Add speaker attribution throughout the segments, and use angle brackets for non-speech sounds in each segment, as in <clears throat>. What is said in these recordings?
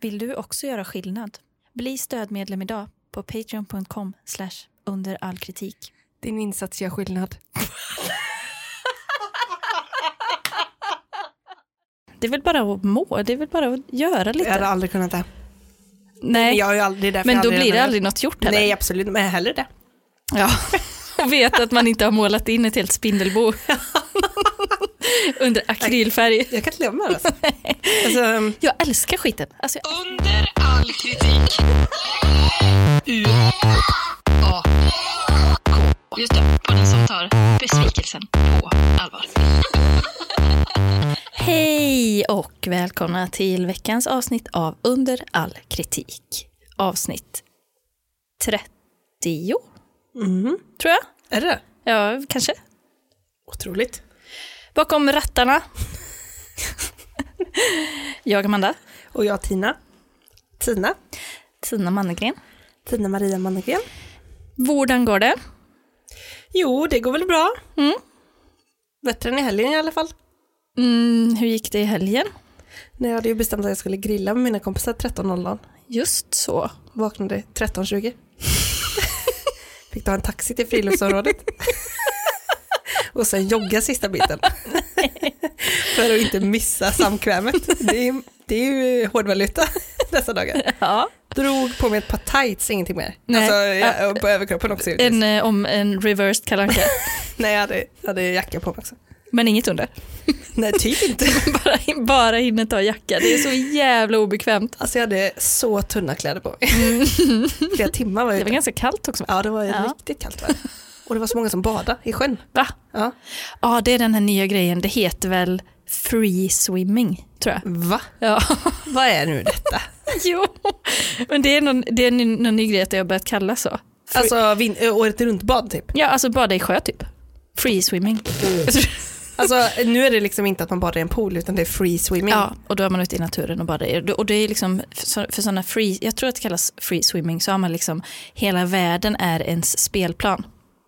Speaker 1: Vill du också göra skillnad? Bli stödmedlem idag på patreon.com under all kritik.
Speaker 2: Din insats gör skillnad.
Speaker 1: Det är väl bara att må, det är väl bara att göra
Speaker 2: Jag hade
Speaker 1: lite.
Speaker 2: aldrig kunnat det.
Speaker 1: Nej,
Speaker 2: Jag har ju aldrig, det är därför
Speaker 1: men
Speaker 2: jag
Speaker 1: då
Speaker 2: aldrig
Speaker 1: blir det
Speaker 2: redan-
Speaker 1: aldrig något gjort heller.
Speaker 2: Nej, absolut. Men hellre det.
Speaker 1: Ja. Och vet att man inte har målat in ett helt
Speaker 2: <laughs>
Speaker 1: spindelbo under akrylfärg.
Speaker 2: <laughs> Jag kan inte leva
Speaker 1: <laughs>
Speaker 2: med det. Alltså. alltså, um,
Speaker 1: Jag älskar skiten. Alltså, jag-
Speaker 3: Under all kritik. U A K. Just det, på den som tar besvikelsen på allvar.
Speaker 1: Hej och välkomna till veckans avsnitt av Under all kritik. Avsnitt 30,
Speaker 2: mhm.
Speaker 1: tror jag.
Speaker 2: Är det det?
Speaker 1: Ja, kanske.
Speaker 2: Otroligt.
Speaker 1: Bakom rattarna. jag, Amanda.
Speaker 2: Och jag Tina. Tina.
Speaker 1: Tina Mannegren.
Speaker 2: Tina Maria Mannegren.
Speaker 1: Vårdan går det?
Speaker 2: Jo, det går väl bra.
Speaker 1: Mm.
Speaker 2: Bättre än i helgen i alla fall.
Speaker 1: Mm, hur gick det i helgen?
Speaker 2: När jag hade ju bestämt att jag skulle grilla med mina kompisar 13.00.
Speaker 1: Just så.
Speaker 2: Vaknade 13.20. <laughs> Fick ta en taxi
Speaker 1: <laughs>
Speaker 2: till friluftsområdet. Och sen jogga
Speaker 1: <laughs>
Speaker 2: sista biten. För att inte missa samkvämet. Det är, det är ju hårdvaluta <laughs> dessa dagar.
Speaker 1: Ja.
Speaker 2: Drog på mig ett par tights, ingenting mer.
Speaker 1: Nej.
Speaker 2: Alltså, jag, på överkroppen också
Speaker 1: En,
Speaker 2: givetvis.
Speaker 1: eh, om en reversed Kalle Anka.
Speaker 2: Nej, jag hade, jag hade jacka på mig också.
Speaker 1: <laughs> Men inget under.
Speaker 2: Nej, typ inte.
Speaker 1: <laughs> Bara, bara hinner ta jacka. Det är så jävla obekvämt.
Speaker 2: Alltså jag hade så tunna kläder på mig. Flera timmar var
Speaker 1: Mm.
Speaker 2: jag
Speaker 1: Det var
Speaker 2: ute.
Speaker 1: ganska kallt också.
Speaker 2: Ja, det var ju
Speaker 1: Ja.
Speaker 2: riktigt kallt var det. Och det var så många som badade i sjön.
Speaker 1: Va?
Speaker 2: Ja.
Speaker 1: Ja, det är den här nya grejen. Det heter väl free swimming, tror jag.
Speaker 2: Va?
Speaker 1: Ja,
Speaker 2: <laughs> Vad är nu detta?
Speaker 1: <laughs> jo. Men det är någon, det är ny- någon ny grej att det har börjat kallas så.
Speaker 2: Alltså vin- ö, året runt bad typ.
Speaker 1: Ja, alltså bada i sjö typ. Free swimming.
Speaker 2: Alltså nu är det liksom inte att man badar i en pool utan det är free swimming.
Speaker 1: Ja, och då är man ute i naturen och badar. i- Och det är liksom, för så- för sådana free, jag tror att det kallas free swimming, så har man liksom, hela världen är ens spelplan.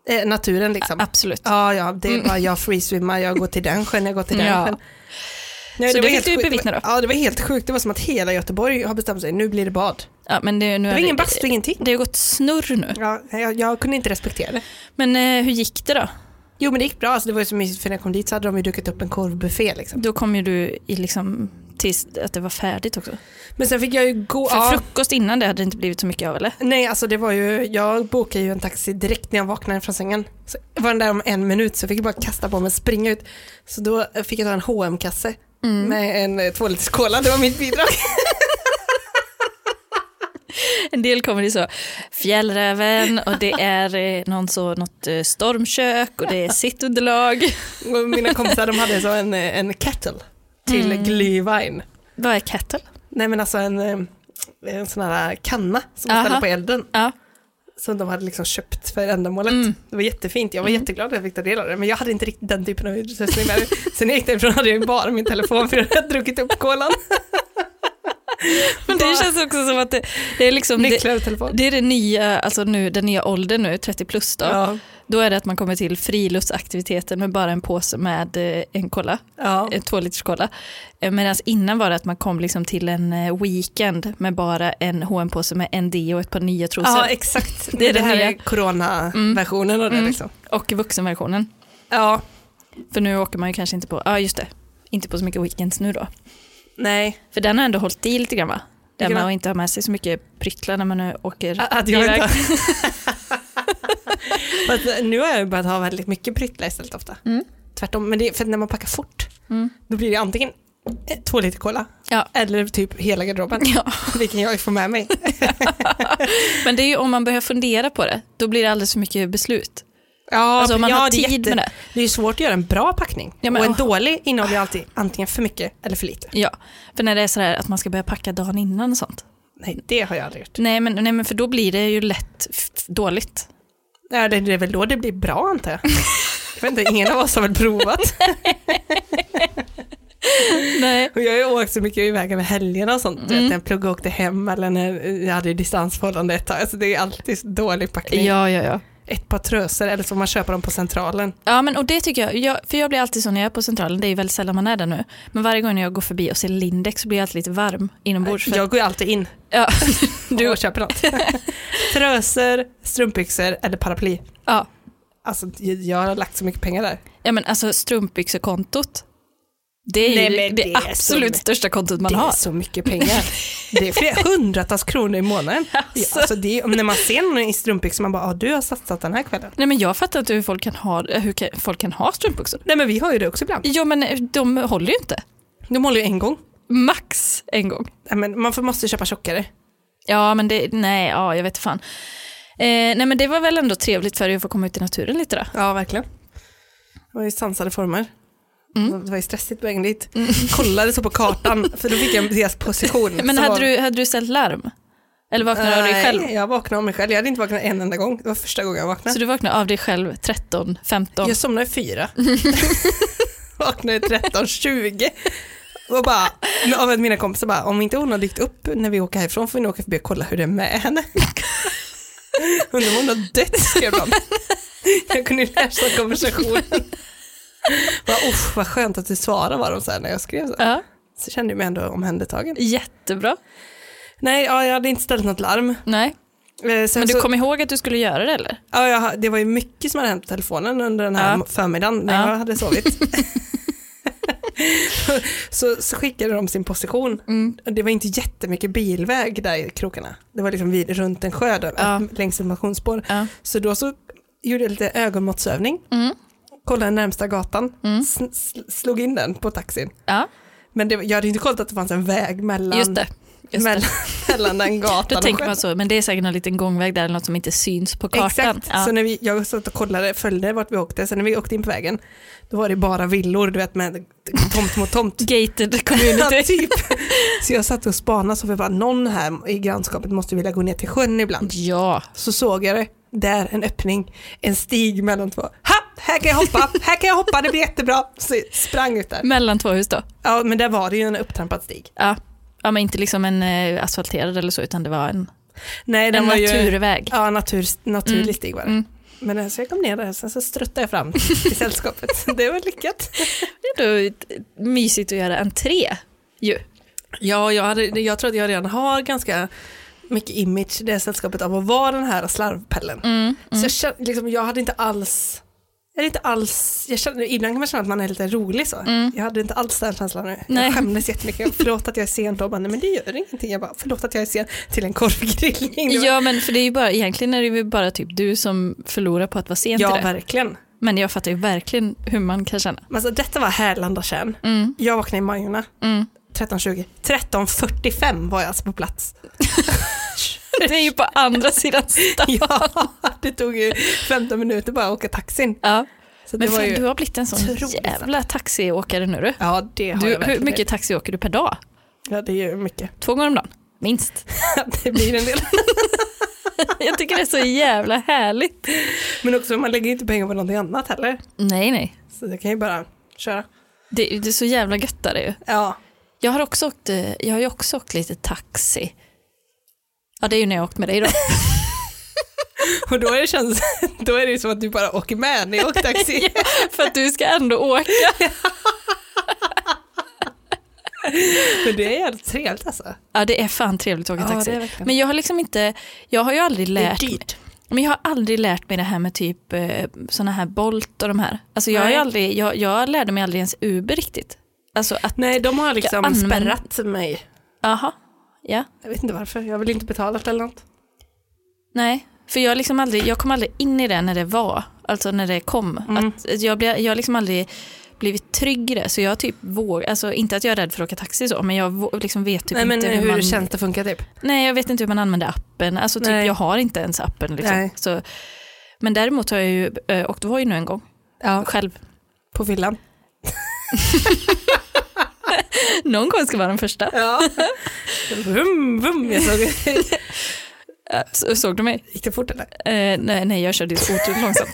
Speaker 2: Eh, naturen liksom.
Speaker 1: Absolut. Mm.
Speaker 2: Ja, ja, det är bara jag freeswimmar, jag går till den sjön, jag går till den
Speaker 1: Ja.
Speaker 2: sjön. Nej,
Speaker 1: Så det
Speaker 2: var
Speaker 1: fick
Speaker 2: helt
Speaker 1: du
Speaker 2: sjukt.
Speaker 1: bevittna då?
Speaker 2: Ja, det var helt sjukt. Det var som att hela Göteborg har bestämt sig, nu blir det bad.
Speaker 1: Ja, men det, nu
Speaker 2: Det
Speaker 1: har
Speaker 2: var ingen bastu, ingenting.
Speaker 1: Det har gått snurr nu.
Speaker 2: Ja, jag, jag kunde inte respektera det.
Speaker 1: Men eh, hur gick det då?
Speaker 2: Jo men det gick bra, alltså, det var ju så mysigt för när jag kom dit så hade de ju dukat upp en korvbuffé liksom.
Speaker 1: Då kom ju du i liksom tills att det var färdigt också.
Speaker 2: Men sen fick jag ju gå...
Speaker 1: För
Speaker 2: Oh, ja,
Speaker 1: frukost innan det hade det inte blivit så mycket av eller?
Speaker 2: Nej alltså det var ju, jag bokade ju en taxi direkt när jag vaknade från sängen. Så var den där om en minut så jag fick bara kasta på mig och springa ut. Så då fick jag ta en hm kasse
Speaker 1: Mm.
Speaker 2: med en eh, tvåliters cola, det var mitt bidrag.
Speaker 1: En del kommer det så, fjällräven och
Speaker 2: <laughs>
Speaker 1: det är eh, någon så, något eh, stormkök och det är sittunderlag.
Speaker 2: och mina kompisar de hade så en, eh, en kettle till
Speaker 1: Mm.
Speaker 2: glühwein.
Speaker 1: Vad är kettle?
Speaker 2: Nej men alltså en, eh, en sån här kanna som
Speaker 1: Aha.
Speaker 2: man ställer på elden.
Speaker 1: Ja. Mm.
Speaker 2: som de hade liksom köpt för ändamålet. Det var jättefint, jag var jätteglad att jag fick ta del av det, men jag hade inte riktigt den typen av utrustning med mig. Sen när jag gick därifrån hade jag ju bara min telefon för jag hade druckit upp kolan.
Speaker 1: Men det känns också som att det, det är liksom, det,
Speaker 2: Nycklar och telefon.
Speaker 1: det är det nya, alltså nu, den nya åldern nu, 30 plus då.
Speaker 2: Ja,
Speaker 1: Då är det att man kommer till friluftsaktiviteten med bara en påse med eh, en kolla.
Speaker 2: ja.
Speaker 1: en tvåliterskola. Medan Eh, innan var det att man kom liksom till en eh, weekend med bara en hm påse med en D och ett par nya trosor.
Speaker 2: ja exakt. Det,
Speaker 1: Det är det
Speaker 2: här
Speaker 1: nya.
Speaker 2: är coronaversionen av det liksom.
Speaker 1: och vuxenversionen.
Speaker 2: Ja,
Speaker 1: För nu åker man ju kanske inte på, ja just det, inte på så mycket weekends nu då.
Speaker 2: nej.
Speaker 1: För den har ändå hållit i lite grann va? Där
Speaker 2: Vilken
Speaker 1: man
Speaker 2: då?
Speaker 1: inte har med sig så mycket pryttlar när man nu åker
Speaker 2: Att jag <laughs> inte Fast nu har jag ju börjat ha väldigt mycket pryttlar istället ofta.
Speaker 1: Mm.
Speaker 2: Tvärtom, men det är för att när man packar fort,
Speaker 1: Mm.
Speaker 2: då blir det antingen eh, två liter cola
Speaker 1: Ja.
Speaker 2: eller typ hela garderoben,
Speaker 1: <laughs> Ja,
Speaker 2: <laughs> vilken jag ju får
Speaker 1: <laughs>
Speaker 2: med mig.
Speaker 1: men det är ju om man börjar fundera på det, då blir det alldeles för mycket beslut.
Speaker 2: Ja,
Speaker 1: alltså om man
Speaker 2: ja,
Speaker 1: har
Speaker 2: det är
Speaker 1: tid med det.
Speaker 2: Det är ju svårt att göra en bra packning.
Speaker 1: Ja, men-
Speaker 2: och en dålig innehåller ju alltid antingen för mycket eller för lite.
Speaker 1: Ja, för när det är sådär att man ska börja packa dagen innan och sånt.
Speaker 2: Nej, det har jag aldrig gjort.
Speaker 1: Nej men, nej, men för då blir det ju lätt f- dåligt.
Speaker 2: Ja, det det är väl då det blir bra antar jag. jag vet inte, ingen av oss har väl provat.
Speaker 1: Nej.
Speaker 2: Och jag har ju åkt så mycket iväg med helgerna och sånt. Du
Speaker 1: Mm.
Speaker 2: vet, när jag pluggade och åkte hem eller när jag hade distansförhållande ett tag. Alltså, det är alltid så dålig packning.
Speaker 1: Ja, ja, ja.
Speaker 2: ett par trösor eller så får man köpa dem på centralen.
Speaker 1: Ja, men och det tycker jag, jag, för jag blir alltid så när jag är på centralen, det är ju väldigt sällan man är där nu, men varje gång jag går förbi och ser Lindex så blir jag alltid lite varm inombords. För,
Speaker 2: Jag går ju alltid in
Speaker 1: ja, <laughs>
Speaker 2: du och köper något. trösor, strumpbyxor eller paraply.
Speaker 1: ja,
Speaker 2: Alltså jag har lagt så mycket pengar där.
Speaker 1: ja, men alltså strumpbyxekontot, det är ju
Speaker 2: Nej, men
Speaker 1: det,
Speaker 2: det är så
Speaker 1: absolut
Speaker 2: mycket.
Speaker 1: största kontot man
Speaker 2: det är
Speaker 1: har.
Speaker 2: så mycket pengar. Det är flera
Speaker 1: <laughs>
Speaker 2: hundratals kronor i månaden. Ja,
Speaker 1: Alltså.
Speaker 2: alltså det, är- när man ser någon i strumpbyxor man bara, ah, du har satsat den här kvällen.
Speaker 1: Nej men jag fattar inte hur folk kan ha, hur kan, folk kan ha strumpbyxor.
Speaker 2: Nej men vi har ju det också ibland.
Speaker 1: Jo men eh, de håller ju inte.
Speaker 2: De håller ju en gång.
Speaker 1: Max en gång.
Speaker 2: Nej, men man får- måste köpa tjockare.
Speaker 1: Ja men det, nej, ja jag vet fan. Eh, nej men det var väl ändå trevligt för dig att få komma ut i naturen lite då.
Speaker 2: Ja, verkligen. Mm. Det var ju sansade former. Det var ju stressigt på vägen dit. <laughs> Kollade så på kartan, för då fick jag deras position.
Speaker 1: Men
Speaker 2: Mm, Så
Speaker 1: hade
Speaker 2: var-
Speaker 1: du, hade du ställt larm? Eller vaknade du av dig
Speaker 2: Nej,
Speaker 1: själv?
Speaker 2: Jag vaknade av mig själv. Jag hade inte vaknat en enda gång. Det var första gången jag vaknade.
Speaker 1: Så du vaknade av dig själv 13, 15?
Speaker 2: Jag somnade i fyra. <laughs> vaknade 13.20. Och bara, av en av mina kompisar bara, om inte hon har dykt upp när vi åker härifrån får vi nog åka förbi och kolla hur det är med henne. <laughs> Undrar om hon har dött,
Speaker 1: <laughs>
Speaker 2: skrev de. Jag kunde ju läsa konversationen. Bara, Uff, vad skönt att du svarade var de så här när jag skrev så. här.
Speaker 1: Ja,
Speaker 2: Så kände jag mig ändå omhändertagen.
Speaker 1: jättebra.
Speaker 2: Nej, ja, jag hade inte ställt något larm.
Speaker 1: Nej,
Speaker 2: Eh, sen
Speaker 1: men du
Speaker 2: så-
Speaker 1: kom ihåg att du skulle göra det eller?
Speaker 2: Ja, jag, har- det var ju mycket som hade hänt på telefonen under den här
Speaker 1: Ja.
Speaker 2: förmiddagen när
Speaker 1: Ja.
Speaker 2: jag hade sovit.
Speaker 1: <laughs>
Speaker 2: så, så skickade de sin position. Och Det var inte jättemycket bilväg där i krokarna. Det var liksom vid, runt en sjö där,
Speaker 1: Ja.
Speaker 2: längs ett motionsspår.
Speaker 1: Ja. Mm.
Speaker 2: Så då så gjorde jag lite ögonmåttsövning. Kollade närmsta gatan, sn- sl- slog in den på taxin.
Speaker 1: Ja,
Speaker 2: Men det, var- jag hade inte kollat att det fanns en väg mellan,
Speaker 1: just det. Just det.
Speaker 2: mellan,
Speaker 1: <laughs>
Speaker 2: mellan den gatan
Speaker 1: Då
Speaker 2: och
Speaker 1: tänker
Speaker 2: sjön.
Speaker 1: man så, men det är säkert någon liten gångväg där eller något som inte syns på kartan.
Speaker 2: Exakt,
Speaker 1: Ja.
Speaker 2: så när vi, jag satt och kollade, följde vart vi åkte, sen när vi åkte in på vägen, då var det bara villor, du vet med tomt mot
Speaker 1: <laughs>
Speaker 2: tomt.
Speaker 1: Gated
Speaker 2: <laughs> Ja,
Speaker 1: community.
Speaker 2: typ. Så jag satt och spanade, så jag bara, någon här i grannskapet måste vilja gå ner till sjön ibland.
Speaker 1: <laughs> ja,
Speaker 2: Så såg jag det, där en öppning, en stig mellan två. Ha! Här kan jag hoppa, här kan jag hoppa, det blir jättebra. Så jag sprang ut där.
Speaker 1: mellan två hus då.
Speaker 2: Ja, men där var det ju en upptrampad stig.
Speaker 1: Ja. ja, men inte liksom en eh, asfalterad eller så, utan det var en,
Speaker 2: Nej,
Speaker 1: en
Speaker 2: ju-
Speaker 1: naturväg.
Speaker 2: Ja, natur, naturlig stig var det.
Speaker 1: Mm.
Speaker 2: Men eh, så jag kom ner där, sen så struttade jag
Speaker 1: <laughs>
Speaker 2: fram till sällskapet. Det var lyckat.
Speaker 1: Det är då ett- ett mysigt att göra entré ju.
Speaker 2: Ja, jag, hade, jag tror att jag redan har ganska mycket image i det här sällskapet av att vara den här slarvpellen.
Speaker 1: Mm,
Speaker 2: Så jag, kände, liksom, jag hade inte alls, jag hade inte alls jag kände, ibland kan man känna att man är lite rolig så. Jag hade inte alls den känslan nu.
Speaker 1: Mm. Nej.
Speaker 2: Jag skämdes jättemycket. Förlåt att jag är sen. De bara, nej men det gör ingenting. Jag bara, förlåt att jag är sen till en korvgrillning. Det var-
Speaker 1: Ja, men för det är ju bara, egentligen är det ju bara typ du som förlorar på att vara sen
Speaker 2: ja
Speaker 1: till det.
Speaker 2: verkligen.
Speaker 1: Men jag fattar ju verkligen hur man kan känna.
Speaker 2: Men alltså, detta var Härlanda tjärn. Jag vaknade i Majorna. 13.20. 13.45 var jag alltså på plats.
Speaker 1: <laughs>
Speaker 2: <laughs>
Speaker 1: Det är ju på andra sidan
Speaker 2: <laughs>
Speaker 1: stan.
Speaker 2: Ja, det tog ju 15 minuter bara att åka taxin.
Speaker 1: Ja.
Speaker 2: Så
Speaker 1: Men
Speaker 2: det var
Speaker 1: fan,
Speaker 2: ju...
Speaker 1: du har blivit en sån
Speaker 2: otroligt
Speaker 1: jävla taxiåkare nu du.
Speaker 2: Ja, det har
Speaker 1: du
Speaker 2: jag
Speaker 1: hur
Speaker 2: verkligen.
Speaker 1: mycket taxi åker du per dag?
Speaker 2: Ja, det är ju <laughs> mycket.
Speaker 1: Två gånger om dagen?
Speaker 2: <laughs>
Speaker 1: Minst.
Speaker 2: det blir en del.
Speaker 1: Jag tycker det är så jävla härligt.
Speaker 2: <laughs> Men också, man lägger ju inte pengar på någonting annat heller.
Speaker 1: Nej, nej.
Speaker 2: Så jag kan ju bara köra.
Speaker 1: Det, det är så jävla gött där det är ju.
Speaker 2: Ja,
Speaker 1: Jag har, också åkt, eh, jag har ju också åkt lite taxi. Ja, det är ju när jag har åkt med dig då. <laughs>
Speaker 2: och då är det, känns, <laughs> då är det ju som att du bara åker med när jag åker <laughs> taxi.
Speaker 1: För att du ska ändå åka.
Speaker 2: Men det är jävligt trevligt alltså.
Speaker 1: Ja, det är fan trevligt att åka
Speaker 2: Ja,
Speaker 1: taxi.
Speaker 2: det är verkligen.
Speaker 1: Men jag har liksom inte, jag har ju aldrig
Speaker 2: Det är
Speaker 1: lärt
Speaker 2: dyrt.
Speaker 1: Men jag har aldrig lärt mig det här med typ eh, såna här Bolt och de här. Alltså jag, har ju
Speaker 2: Nej.
Speaker 1: aldrig, jag, jag lärde mig aldrig ens Uber riktigt. Alltså att,
Speaker 2: Nej, de har liksom
Speaker 1: Jag använder-
Speaker 2: spärrat mig.
Speaker 1: aha, ja,
Speaker 2: Jag vet inte varför, jag vill inte betala eller något.
Speaker 1: Typ nej. För jag, har liksom aldrig, jag kom aldrig in i det när det var, alltså när det kom. Att jag, blev, jag har liksom aldrig blivit trygg i det. Så jag typ våg, alltså inte att jag är rädd för att åka taxi så, men jag vå- liksom vet typ
Speaker 2: Nej, men
Speaker 1: inte
Speaker 2: hur,
Speaker 1: man...
Speaker 2: känns det funkar typ?
Speaker 1: Nej, jag vet inte hur man använder appen. Alltså typ,
Speaker 2: Nej.
Speaker 1: jag har inte ens appen. Liksom.
Speaker 2: Nej.
Speaker 1: Så, men däremot har jag ju eh, åkt Voi nu en gång,
Speaker 2: Ja,
Speaker 1: själv.
Speaker 2: på villan.
Speaker 1: <laughs> Någon gång ska vara den första.
Speaker 2: <laughs> Ja. vum, vum, jag såg.
Speaker 1: Så, såg du mig?
Speaker 2: <laughs> Gick det fort eller?
Speaker 1: Eh, nej, nej, jag körde ju otroligt långsamt.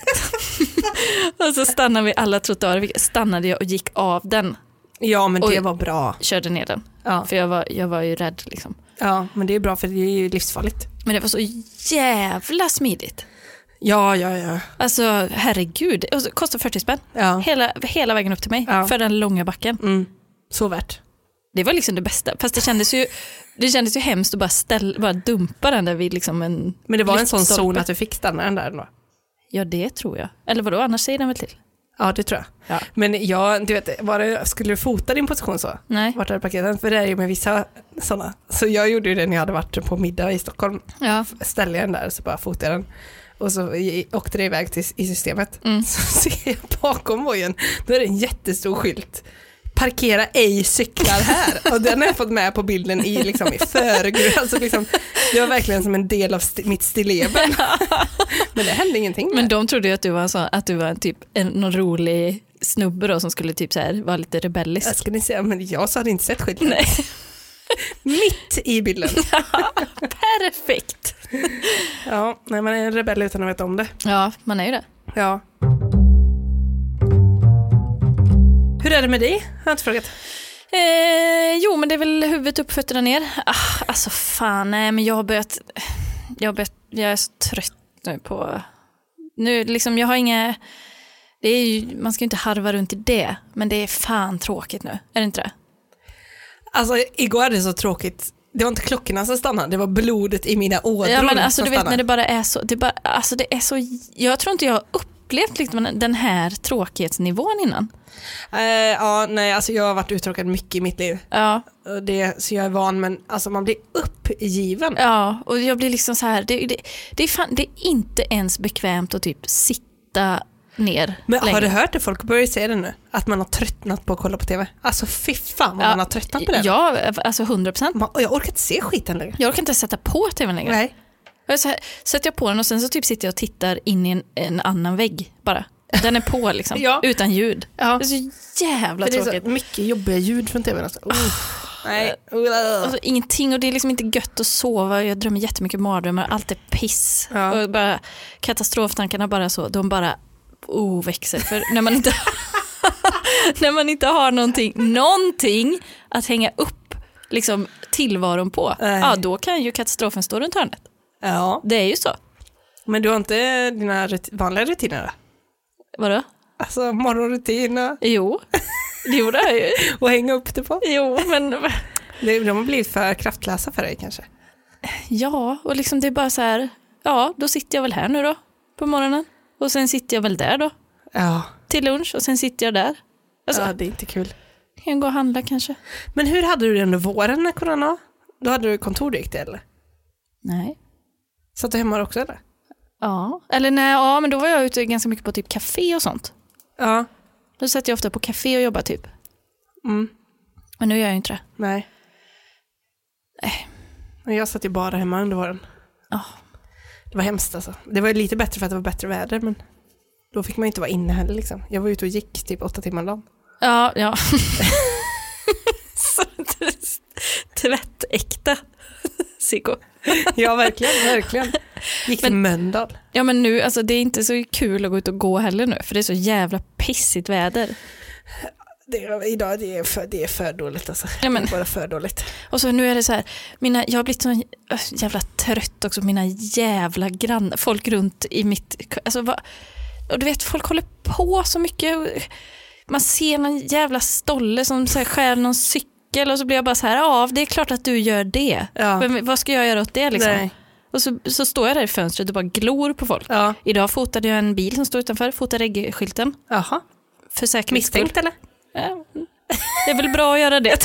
Speaker 1: <laughs> och så stannade vi alla trottoarer, vilket- stannade jag och gick av den,
Speaker 2: Ja, men
Speaker 1: Oj.
Speaker 2: det var bra.
Speaker 1: körde ner den.
Speaker 2: Ja.
Speaker 1: För jag var, jag var ju rädd liksom.
Speaker 2: ja, men det är bra för det är ju livsfarligt.
Speaker 1: Men det var så jävla smidigt.
Speaker 2: Ja, ja, ja.
Speaker 1: Alltså herregud, Och så kostar 40 spänn.
Speaker 2: ja.
Speaker 1: Hela, hela vägen upp till mig
Speaker 2: Ja.
Speaker 1: för den långa backen.
Speaker 2: Mm. Så värt.
Speaker 1: Det var liksom det bästa. Fast det kändes ju, det kändes ju hemskt att bara, ställa, bara dumpa den där vid liksom en...
Speaker 2: Men det var en sån
Speaker 1: lyktstolpe.
Speaker 2: zon att du fick stanna den där ändå.
Speaker 1: Ja, det tror jag. Eller vadå, annars säger den väl till?
Speaker 2: Ja, det tror jag.
Speaker 1: Ja.
Speaker 2: Men jag, du vet, var det, skulle du fota din position så?
Speaker 1: Nej.
Speaker 2: Vart är paketen? För det är ju med vissa sådana. Så jag gjorde ju det när jag hade varit på middag i Stockholm.
Speaker 1: Ja.
Speaker 2: Ställde jag den där så bara fotade jag den. Och så i- åkte det iväg till, i systemet.
Speaker 1: Mm.
Speaker 2: <laughs> Så ser jag bakom vojen, då är det en jättestor skylt. Parkera ej cyklar här. Och den har jag fått med på bilden i, liksom, i förgrund. Alltså, liksom, det var verkligen som en del av sti- mitt stilleben. Men det hände ingenting. med
Speaker 1: Men de trodde ju att du var, en sån, att du var en typ en, någon rolig snubbe då som skulle typ så här, vara lite
Speaker 2: Jag <laughs>
Speaker 1: rebellisk.
Speaker 2: ska ni säga, men jag så hade inte sett skylten.
Speaker 1: Nej.
Speaker 2: <laughs> Mitt
Speaker 1: <laughs>
Speaker 2: i bilden.
Speaker 1: Perfekt!
Speaker 2: Ja, nej man är en rebell utan att veta om det.
Speaker 1: Ja, man är ju det.
Speaker 2: Ja. Hur är det med dig? Har jag inte frågat.
Speaker 1: Eh, jo, men det är väl huvudet upp, fötterna ner. Ah, alltså fan, nej, men jag har börjat... Jag, har börjat, jag är så trött nu på... Nu, liksom, jag har inga... Det är ju, man ska ju inte harva runt i det, men det är fan tråkigt nu. Är det inte det?
Speaker 2: Alltså igår hade det så tråkigt. Det var inte klockorna som stannade, det var blodet i mina ådror
Speaker 1: Ja, men alltså,
Speaker 2: som
Speaker 1: du vet
Speaker 2: stannade.
Speaker 1: när det bara är så... Det är bara, alltså, det är så jag tror inte jag har upplevt liksom, den här tråkighetsnivån innan.
Speaker 2: Eh, ja, nej, alltså jag har varit uttråkad mycket i mitt liv.
Speaker 1: Ja,
Speaker 2: Och Det, så jag är van, men alltså man blir uppgiven.
Speaker 1: ja och jag blir liksom så här... Det, det, det, är, fan, det är inte ens bekvämt att typ sitta ner
Speaker 2: Men
Speaker 1: längre.
Speaker 2: har du hört det? Folk börjar ju säga det nu. Att man har tröttnat på att kolla på TV. Alltså fy fan vad
Speaker 1: Ja,
Speaker 2: man har tröttnat på det.
Speaker 1: Ja, alltså 100 procent.
Speaker 2: Man, och jag orkar inte se skiten längre.
Speaker 1: Jag kan inte sätta på tvn längre.
Speaker 2: Nej.
Speaker 1: Jag så här, sätter jag på den och sen så typ sitter jag och tittar in i en, en annan vägg bara. Den är på liksom,
Speaker 2: <laughs> Ja.
Speaker 1: utan ljud.
Speaker 2: Ja.
Speaker 1: Det är så jävla
Speaker 2: För det är
Speaker 1: tråkigt.
Speaker 2: så mycket jobbiga ljud från tvn. Alltså. Oh. Nej.
Speaker 1: Alltså, ingenting och det är liksom inte gött att sova. Jag drömmer jättemycket mardrömmar. Allt är piss.
Speaker 2: Ja.
Speaker 1: Och bara, katastroftankarna bara så, de bara oh, växer. För när man inte, <laughs> när man inte har någonting, någonting att hänga upp liksom, tillvaron på,
Speaker 2: Nej.
Speaker 1: ja, då kan ju katastrofen stå runt hörnet.
Speaker 2: Ja.
Speaker 1: Det är ju så.
Speaker 2: Men du har inte dina rut- vanliga rutiner? då?
Speaker 1: Vadå?
Speaker 2: Alltså morgonrutin och,
Speaker 1: <laughs> Jo, jo det är ju.
Speaker 2: och hänga upp det på?
Speaker 1: Jo, men
Speaker 2: Det- De har blivit för kraftlösa för dig kanske?
Speaker 1: ja, och liksom det är bara så här, ja, då sitter jag väl här nu då på morgonen och sen sitter jag väl där då
Speaker 2: Ja.
Speaker 1: till lunch och sen sitter jag där. Alltså,
Speaker 2: ja, det är inte kul.
Speaker 1: Kan jag gå och handla kanske?
Speaker 2: Men hur hade du det under våren när corona? var? Då hade du kontor du gick till eller?
Speaker 1: Nej.
Speaker 2: Satt du hemma då också eller?
Speaker 1: Ja, eller nej, ja, men då var jag ute ganska mycket på typ café och sånt.
Speaker 2: Ja.
Speaker 1: Då satt jag ofta på café och jobbade typ.
Speaker 2: Mm.
Speaker 1: Men nu gör jag ju inte det.
Speaker 2: Nej.
Speaker 1: Nej.
Speaker 2: Men Jag satt ju bara hemma under våren.
Speaker 1: Ja.
Speaker 2: Det var hemskt alltså. Det var ju lite bättre för att det var bättre väder men då fick man ju inte vara inne heller liksom. Jag var ute och gick typ åtta timmar om dagen.
Speaker 1: Ja, ja. <laughs> Så Tvättäkta Sicko.
Speaker 2: <laughs> Ja, verkligen, verkligen. Gick till Mölndal.
Speaker 1: Ja men nu, alltså det är inte så kul att gå ut och gå heller nu för det är så jävla pissigt väder.
Speaker 2: Det, idag det är för, det är för dåligt alltså.
Speaker 1: Ja, men-
Speaker 2: Det är bara för dåligt.
Speaker 1: Och så nu är det så här, mina, jag har blivit så äh, jävla trött också på mina jävla grannar, folk runt i mitt, alltså vad, och du vet folk håller på så mycket. och Man ser någon jävla stolle som så här skär någon cykel och så blir jag bara så här, ja det är klart att du gör det.
Speaker 2: Ja.
Speaker 1: Vem, vad ska jag göra åt det liksom?
Speaker 2: Nej.
Speaker 1: Och så, så står jag där i fönstret och bara glor på folk.
Speaker 2: Ja.
Speaker 1: Idag fotade jag en bil som stod utanför, fotade äggskylten.
Speaker 2: Jaha.
Speaker 1: För säkerhets skull.
Speaker 2: Misstänkt eller?
Speaker 1: Ja. Det är väl bra att göra det.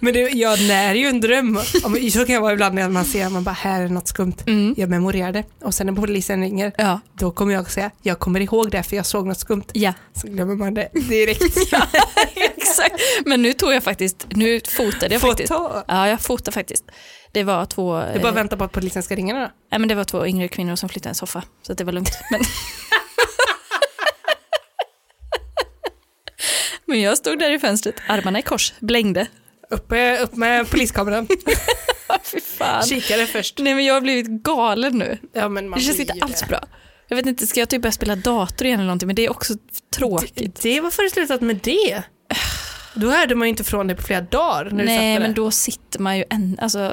Speaker 2: Men det, jag när ju en dröm. Ja, men Så kan jag vara ibland när man ser, man bara här är något skumt.
Speaker 1: Mm.
Speaker 2: Jag memorerar det. Och sen när polisen ringer,
Speaker 1: Ja.
Speaker 2: då kommer jag säga, jag kommer ihåg det för jag såg något skumt.
Speaker 1: Ja,
Speaker 2: Så glömmer man det
Speaker 1: <laughs>
Speaker 2: direkt.
Speaker 1: exakt. Men nu tog jag faktiskt, nu fotade jag
Speaker 2: Få
Speaker 1: faktiskt.
Speaker 2: ta.
Speaker 1: Ja, jag fotade faktiskt. Det var två,
Speaker 2: Du bara
Speaker 1: eh,
Speaker 2: väntar på att polisen ska ringa nu då?
Speaker 1: nej, men det var två yngre kvinnor som flyttade en soffa, så att det var lugnt.
Speaker 2: <laughs>
Speaker 1: Men, men jag stod där i fönstret, armarna i kors, blängde.
Speaker 2: Upp, eh, upp
Speaker 1: <laughs>
Speaker 2: med poliskameran.
Speaker 1: Ja, Fy fan.
Speaker 2: Kikare först.
Speaker 1: Nej men jag har blivit galen nu.
Speaker 2: Ja, men man
Speaker 1: Det känns
Speaker 2: blir
Speaker 1: inte
Speaker 2: ju
Speaker 1: alls
Speaker 2: det.
Speaker 1: bra. Jag vet inte, ska jag typ börja spela dator igen eller någonting? Men det är också tråkigt.
Speaker 2: Det, varför har det slutat med det? Då hörde man ju inte från dig på flera dagar när du
Speaker 1: Nej,
Speaker 2: satt
Speaker 1: men
Speaker 2: med det.
Speaker 1: då sitter man ju en, alltså,
Speaker 2: Ja,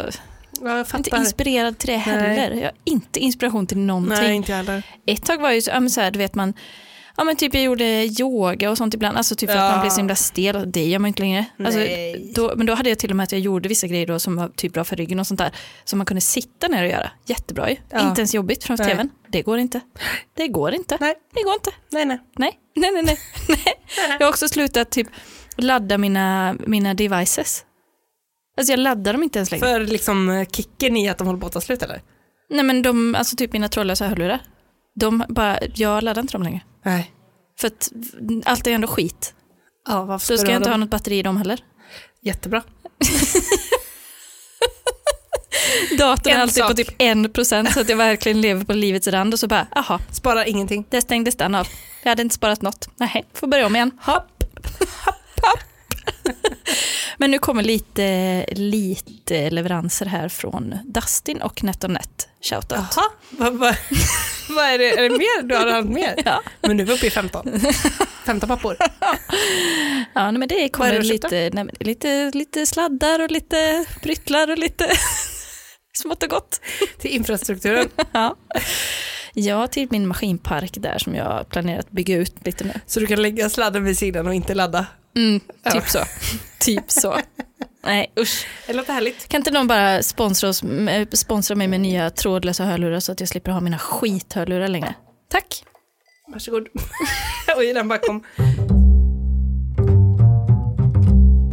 Speaker 2: jag
Speaker 1: Jag är inte
Speaker 2: fattar.
Speaker 1: inspirerad till det heller. Jag har inte inspiration till någonting.
Speaker 2: Nej, inte jag heller.
Speaker 1: Ett tag var jag ju så, ja, men så här, du vet man, ja men typ jag gjorde yoga och sånt ibland, alltså typ för att
Speaker 2: Ja.
Speaker 1: man blev så himla stel, det gör man ju inte längre. Alltså,
Speaker 2: Nej.
Speaker 1: då, men då hade jag till och med att jag gjorde vissa grejer då som var typ bra för ryggen och sånt där, som man kunde sitta ner och göra, jättebra ju.
Speaker 2: Ja.
Speaker 1: Inte ens jobbigt framför
Speaker 2: Nej.
Speaker 1: tvn, det går inte. Det går inte,
Speaker 2: Nej.
Speaker 1: det går inte.
Speaker 2: Nej, nej.
Speaker 1: Nej, nej, nej, <laughs> nej. nej. Jag har också slutat typ ladda mina, mina devices. Alltså jag laddar dem inte ens längre.
Speaker 2: För liksom eh, kicken i att de håller på att ta slut eller?
Speaker 1: Nej men de, alltså typ mina trådlösa hörlurar. De bara, jag laddar inte dem längre.
Speaker 2: Nej.
Speaker 1: För att allt är ändå skit.
Speaker 2: Ja, varför
Speaker 1: Då ska jag inte ha
Speaker 2: dem?
Speaker 1: något batteri i dem heller.
Speaker 2: Jättebra.
Speaker 1: <laughs> Datorn är
Speaker 2: En
Speaker 1: alltid på
Speaker 2: sak.
Speaker 1: typ 1% så att jag verkligen lever på livets rand och så bara, jaha,
Speaker 2: Spara ingenting.
Speaker 1: där stängdes den av. Jag hade inte sparat något. Nej, får börja om igen. Hopp, <laughs> hopp, hopp. Men nu kommer lite, lite leveranser här från Dustin och NetOnNet. Shoutout.
Speaker 2: Jaha, vad vad- <laughs> vad är det? Är det mer? Du har haft mer?
Speaker 1: Ja.
Speaker 2: Men nu är vi uppe i 15. <laughs> 15 pappor.
Speaker 1: Ja, nej, men det
Speaker 2: Vad är
Speaker 1: kommer
Speaker 2: det du
Speaker 1: lite, nej, men lite, lite sladdar och lite pryttlar och lite <laughs> smått och gott.
Speaker 2: Till infrastrukturen.
Speaker 1: Ja. ja, till min maskinpark där som jag har planerat bygga ut lite nu.
Speaker 2: Så du kan lägga sladden vid sidan och inte ladda.
Speaker 1: Typ <laughs> så. typ så. Nej, usch.
Speaker 2: Det låter härligt.
Speaker 1: Kan inte någon bara sponsra, oss, eh, sponsra mig med nya trådlösa hörlurar så att jag slipper ha mina skithörlurar längre? Tack.
Speaker 2: Varsågod. <laughs> Oj, den bara kom.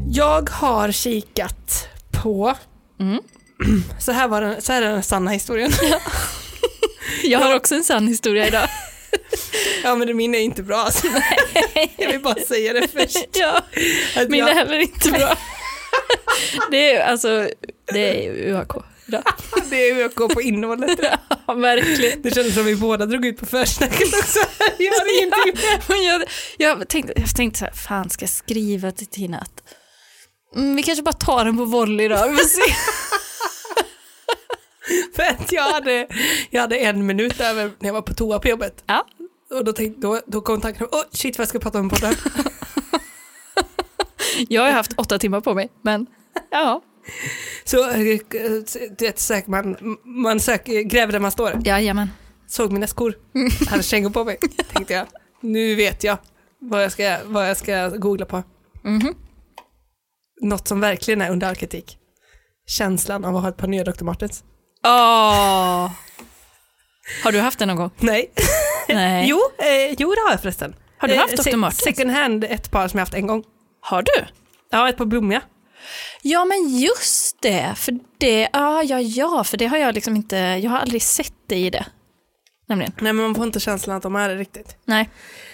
Speaker 2: Jag har kikat på... Mm. <clears throat> Så, här var den, så här är den sanna historien.
Speaker 1: Jag har också en sann historia idag.
Speaker 2: <laughs> Ja, men min är inte bra. Alltså. Jag vill bara säga det först.
Speaker 1: <laughs> ja,
Speaker 2: Att
Speaker 1: min är
Speaker 2: jag,
Speaker 1: heller inte bra. <laughs> det är alltså, det är UAK idag.
Speaker 2: det är hur jag går på innehållet.
Speaker 1: Ja, <laughs> verkligen.
Speaker 2: Det kändes som vi båda drog ut på försnacket också. Jag har ingenting.
Speaker 1: Men jag, jag, tänkte, jag tänkte så här, fan ska jag skriva till Tina att mm, vi kanske bara tar den på volley då. Vi får se.
Speaker 2: För att jag hade, jag hade en minut över när jag var på toa på jobbet.
Speaker 1: Ja.
Speaker 2: Och då, tänkte, då, då kom tanken, åh shit vad jag ska prata om på podden.
Speaker 1: Jag har ju haft åtta timmar på mig, men ja.
Speaker 2: Så eh, du vet, söker man, man söker, gräver där man står.
Speaker 1: Jajamän.
Speaker 2: Såg mina skor,
Speaker 1: Mm.
Speaker 2: hade kängor
Speaker 1: <laughs>
Speaker 2: på mig, tänkte jag. Nu vet jag vad jag ska, vad jag ska googla på.
Speaker 1: Mhm.
Speaker 2: Något som verkligen är under all kritik. Känslan av att ha ett par nya Dr. Martens.
Speaker 1: Åh. Har du haft den någon <laughs> gång?
Speaker 2: Nej.
Speaker 1: Nej.
Speaker 2: Jo, eh, jo, det har jag förresten. Eh,
Speaker 1: Har du haft Dr.
Speaker 2: se-
Speaker 1: Martens?
Speaker 2: Second hand, ett par som jag haft en gång.
Speaker 1: Har du?
Speaker 2: Ja, ett par blommiga.
Speaker 1: Ja, men just det. För det, ja, ja, ja, för det har jag liksom inte, jag har aldrig sett dig i det. Nämligen.
Speaker 2: Nej, men man får inte känslan att de är det riktigt.
Speaker 1: Nej.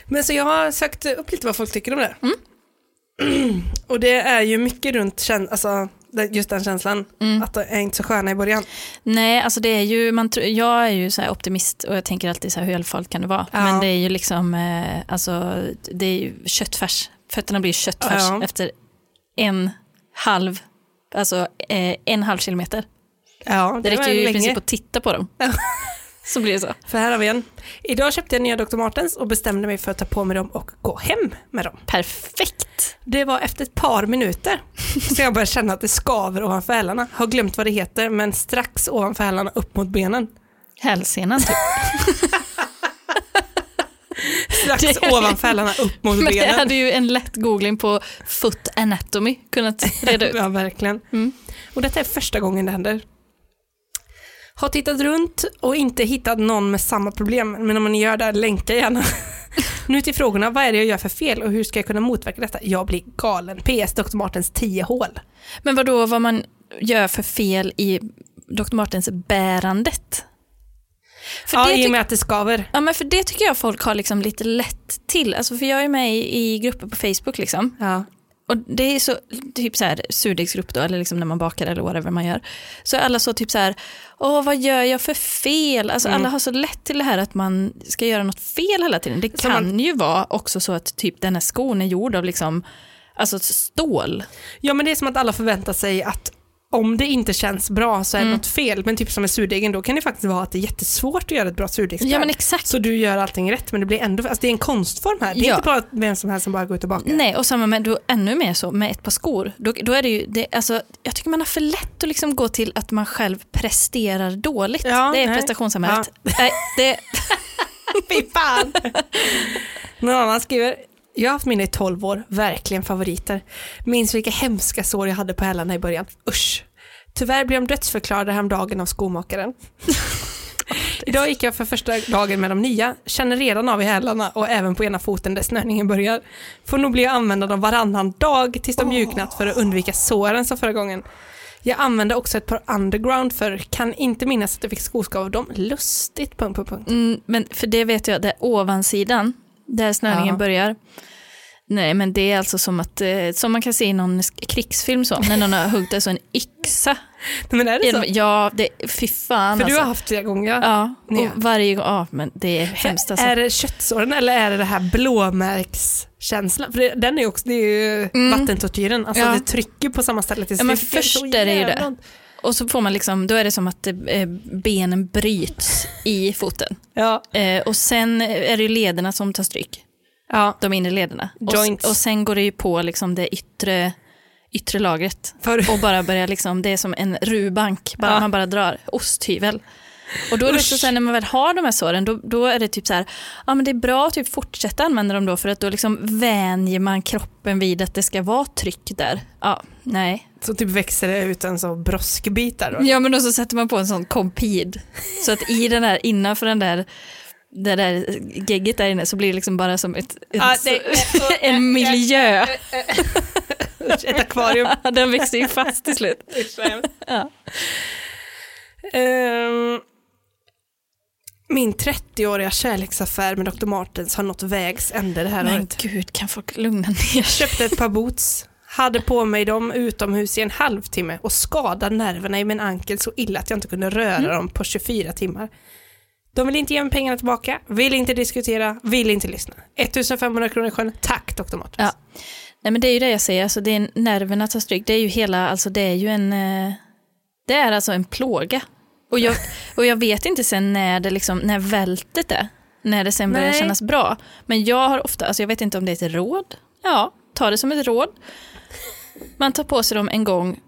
Speaker 2: Men så jag har sökt upp lite vad folk tycker om det.
Speaker 1: Mm.
Speaker 2: <clears throat> Och det är ju mycket runt käns- alltså, den- just den känslan,
Speaker 1: Mm.
Speaker 2: att de är inte så sköna i början.
Speaker 1: Nej, alltså det är ju, man, tr- jag är ju så här optimist och jag tänker alltid så här hur allvarligt kan det vara?
Speaker 2: Ja.
Speaker 1: Men det är ju liksom, eh, alltså det är ju köttfärs. Fötterna blir köttfärs
Speaker 2: Ja.
Speaker 1: efter en halv, alltså eh, en halv kilometer.
Speaker 2: Ja,
Speaker 1: Det,
Speaker 2: var
Speaker 1: räcker ju i
Speaker 2: länge.
Speaker 1: princip att titta på dem. <laughs> så blir det så.
Speaker 2: För här har vi en. Idag köpte jag nya Dr. Martens och bestämde mig för att ta på mig dem och gå hem med dem.
Speaker 1: Perfekt.
Speaker 2: Det var efter ett
Speaker 1: <laughs>
Speaker 2: par minuter som jag började känna att det skaver ovanför hälarna. Har glömt vad det heter, men strax ovanför hälarna upp mot benen.
Speaker 1: Hälsenan <laughs> typ.
Speaker 2: Strax
Speaker 1: <laughs> Det-
Speaker 2: ovanför hälarna upp mot
Speaker 1: Men det
Speaker 2: benen.
Speaker 1: hade ju en lätt googling på foot anatomy kunnat <laughs> reda ut.
Speaker 2: Ja, verkligen.
Speaker 1: Mm.
Speaker 2: Och detta är första gången det händer. Har tittat runt och inte hittat någon med samma problem, men om man gör det,
Speaker 1: <laughs>
Speaker 2: länka gärna. nu till frågorna, vad är det jag gör för fel och hur ska jag kunna motverka detta? Jag blir galen. PS, Dr. Martens 10 hål.
Speaker 1: Men vad då vad man gör för fel i Dr. Martens bärandet? För
Speaker 2: ja,
Speaker 1: det
Speaker 2: i
Speaker 1: tycker
Speaker 2: och med att det skaver.
Speaker 1: Ja, men för det tycker jag folk har liksom lite lätt till. Alltså, för jag är med i, i grupper på Facebook. Liksom.
Speaker 2: Ja.
Speaker 1: Och det är så, typ så här, surdegsgrupp då, eller liksom när man bakar eller whatever man gör. Så är alla så typ så här, åh vad gör jag för fel? Alltså alla har så lätt till det här att man ska göra något fel hela tiden. Det
Speaker 2: Som
Speaker 1: kan ju vara också så att typ den här skon är gjord av liksom, alltså stål.
Speaker 2: ja, men det är som att alla förväntar sig att om det inte känns bra så är det
Speaker 1: Mm.
Speaker 2: något fel. Men typ som med surdegen, då kan det faktiskt vara att det är jättesvårt att göra ett bra surdegsbröd.
Speaker 1: Ja men exakt.
Speaker 2: så du gör allting rätt men det blir ändå, alltså det är en konstform här. Det är
Speaker 1: Ja.
Speaker 2: inte bara vem som helst som bara går ut och bakar.
Speaker 1: Nej, och samma med, då, ännu mer så, med ett par skor. Då, då är det ju, det, alltså, jag tycker man har för lätt att liksom gå till att man själv presterar dåligt.
Speaker 2: Ja,
Speaker 1: det är
Speaker 2: nej.
Speaker 1: prestationssamhället. Nej, det,
Speaker 2: Fy fan! <laughs> Någon annan skriver, jag har haft mina i 12 år, verkligen favoriter. Minns vilka hemska sår jag hade på hälarna i början. Usch! Tyvärr blev de dödsförklarade häromdagen av <laughs> skomakaren. Idag gick jag för första dagen med de nya, känner redan av i hälarna och även på ena foten där snörningen börjar. Får nog bli att använda dem varannan dag tills de mjuknat för att undvika såren som förra gången. Jag använde också ett par underground för kan inte minnas att jag fick skoskav av dem. Lustigt, punkt, punkt, punkt.
Speaker 1: mm, men för det vet jag, det är ovansidan, där snörningen
Speaker 2: Ja.
Speaker 1: börjar. Nej, men det är alltså som att, eh, som man kan se i någon sk- krigsfilm så, när någon har huggit alltså en yxa.
Speaker 2: Men <laughs> är det så?
Speaker 1: Genom, ja, det, fy fan
Speaker 2: För
Speaker 1: alltså.
Speaker 2: du har haft flera gånger.
Speaker 1: Ja,
Speaker 2: Ja.
Speaker 1: och varje gång, ja men det är hemskt alltså.
Speaker 2: Är det köttsåren eller är det det här blåmärkskänslan? För det, den är ju också, det är ju vattentortyren, alltså
Speaker 1: Mm. Ja.
Speaker 2: det trycker på samma ställe tills
Speaker 1: Ja, men
Speaker 2: det är så
Speaker 1: först är det ju det.
Speaker 2: jävla ont.
Speaker 1: Och så får man liksom, då är det som att eh, benen bryts i foten.
Speaker 2: Ja,
Speaker 1: Eh, och sen är det ju lederna som tar stryk,
Speaker 2: ja.
Speaker 1: de inre lederna. Och,
Speaker 2: Joints.
Speaker 1: och sen går det ju på liksom det yttre, yttre lagret.
Speaker 2: För,
Speaker 1: Och bara börjar liksom, det är som en rubank, bara,
Speaker 2: Ja.
Speaker 1: man bara drar osthyvel. Och då är det också
Speaker 2: Usch.
Speaker 1: sen när man väl har de här såren, då, då är det typ så här, ja men det är bra att typ fortsätta använda dem då för att då liksom vänjer man kroppen vid att det ska vara tryck där. Ja, nej.
Speaker 2: så typ växer det ut en sån broskbit där då.
Speaker 1: Ja men då så sätter man på en sån kompid. Så att i den här, innanför den där, det där gegget där inne så blir det liksom bara som ett, ett
Speaker 2: Ah, det är så-
Speaker 1: alltså, <laughs> en miljö. <laughs>
Speaker 2: Ett akvarium.
Speaker 1: den växer ju fast till slut.
Speaker 2: Usch, vad hemskt.
Speaker 1: Ja.
Speaker 2: Ehm, min 30-åriga kärleksaffär med Dr. Martens har nått vägs ände det här
Speaker 1: Men
Speaker 2: året.
Speaker 1: gud, kan folk lugna ner sig?
Speaker 2: Köpte ett par boots, hade på mig dem utomhus i en halvtimme och skadade nerverna i min ankel så illa att jag inte kunde röra dem på 24 timmar. De vill inte ge mig pengarna tillbaka, vill inte diskutera, vill inte lyssna. 1500 kronor i sjön, tack Dr. Martens.
Speaker 1: Ja. Nej men det är ju det jag säger, alltså det är nerverna tar stryk. Det är ju hela, alltså det är ju en, eh, det är alltså en plåga. Och jag, och jag vet inte sen när det liksom, när vältet är, när det sen börjar
Speaker 2: Nej.
Speaker 1: kännas bra. Men jag har ofta, alltså jag vet inte om det är ett råd. Ja, ta det som ett råd. Man tar på sig dem en gång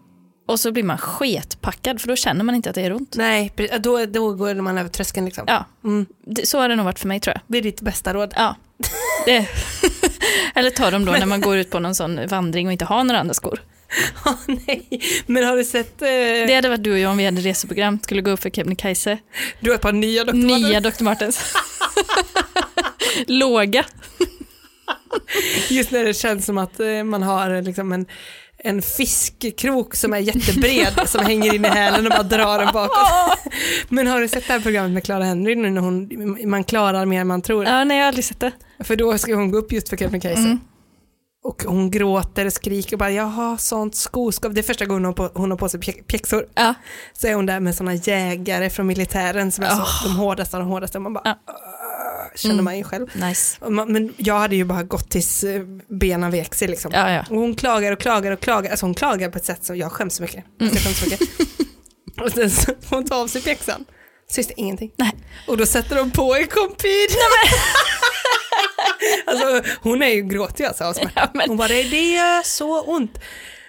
Speaker 1: och så blir man sketpackad för då känner man inte att det är ont.
Speaker 2: Nej, pre- då, då går man över tröskeln liksom.
Speaker 1: Ja,
Speaker 2: Mm.
Speaker 1: det, så har det nog varit för mig tror jag.
Speaker 2: Det är ditt bästa råd.
Speaker 1: Ja. Det. <laughs> Eller ta dem då när man går ut på någon sån vandring och inte har några andra skor.
Speaker 2: <laughs> Ja, nej. Men har du sett, eh,
Speaker 1: Det hade varit du och jag om vi hade reseprogram, skulle gå upp för Kebnekaise.
Speaker 2: du har ett par nya Dr. Martens.
Speaker 1: Nya Dr. Martens. Låga.
Speaker 2: Just när det känns som att eh, man har eh, liksom en, en fiskkrok som är jättebred som hänger in i hälen och bara drar den bakåt.
Speaker 1: <laughs>
Speaker 2: Men har du sett det här programmet med Clara Henry nu när hon, man klarar mer än man tror?
Speaker 1: Ja, Mm. nej, jag har aldrig sett det.
Speaker 2: För då ska hon gå upp just för Kebnekaise. Och hon gråter och skriker och bara jag har sånt skoskav. Det är första gången hon, på, hon har på sig pjä- pjäxor.
Speaker 1: Ja.
Speaker 2: Så är hon där med sådana jägare från militären som är så, de hårdaste av de hårdaste. Man bara,
Speaker 1: Ah. Ja. Mm.
Speaker 2: "Åh", känner man ju själv.
Speaker 1: Nice.
Speaker 2: Och man- Men jag hade ju bara gått tills eh, benen vek sig liksom.
Speaker 1: Ja, ja.
Speaker 2: Och hon klagar och klagar och klagar. Alltså hon klagar på ett sätt som jag skäms så mycket. Alltså, Jag skäms så mycket. och sen så får hon ta av sig pjäxan. Så syns det ingenting.
Speaker 1: Mm. Nej.
Speaker 2: Och då sätter de på en kompid. <laughs> alltså hon är ju gråtig alltså av smärta.
Speaker 1: Ja, men-
Speaker 2: Hon bara det det gör så ont.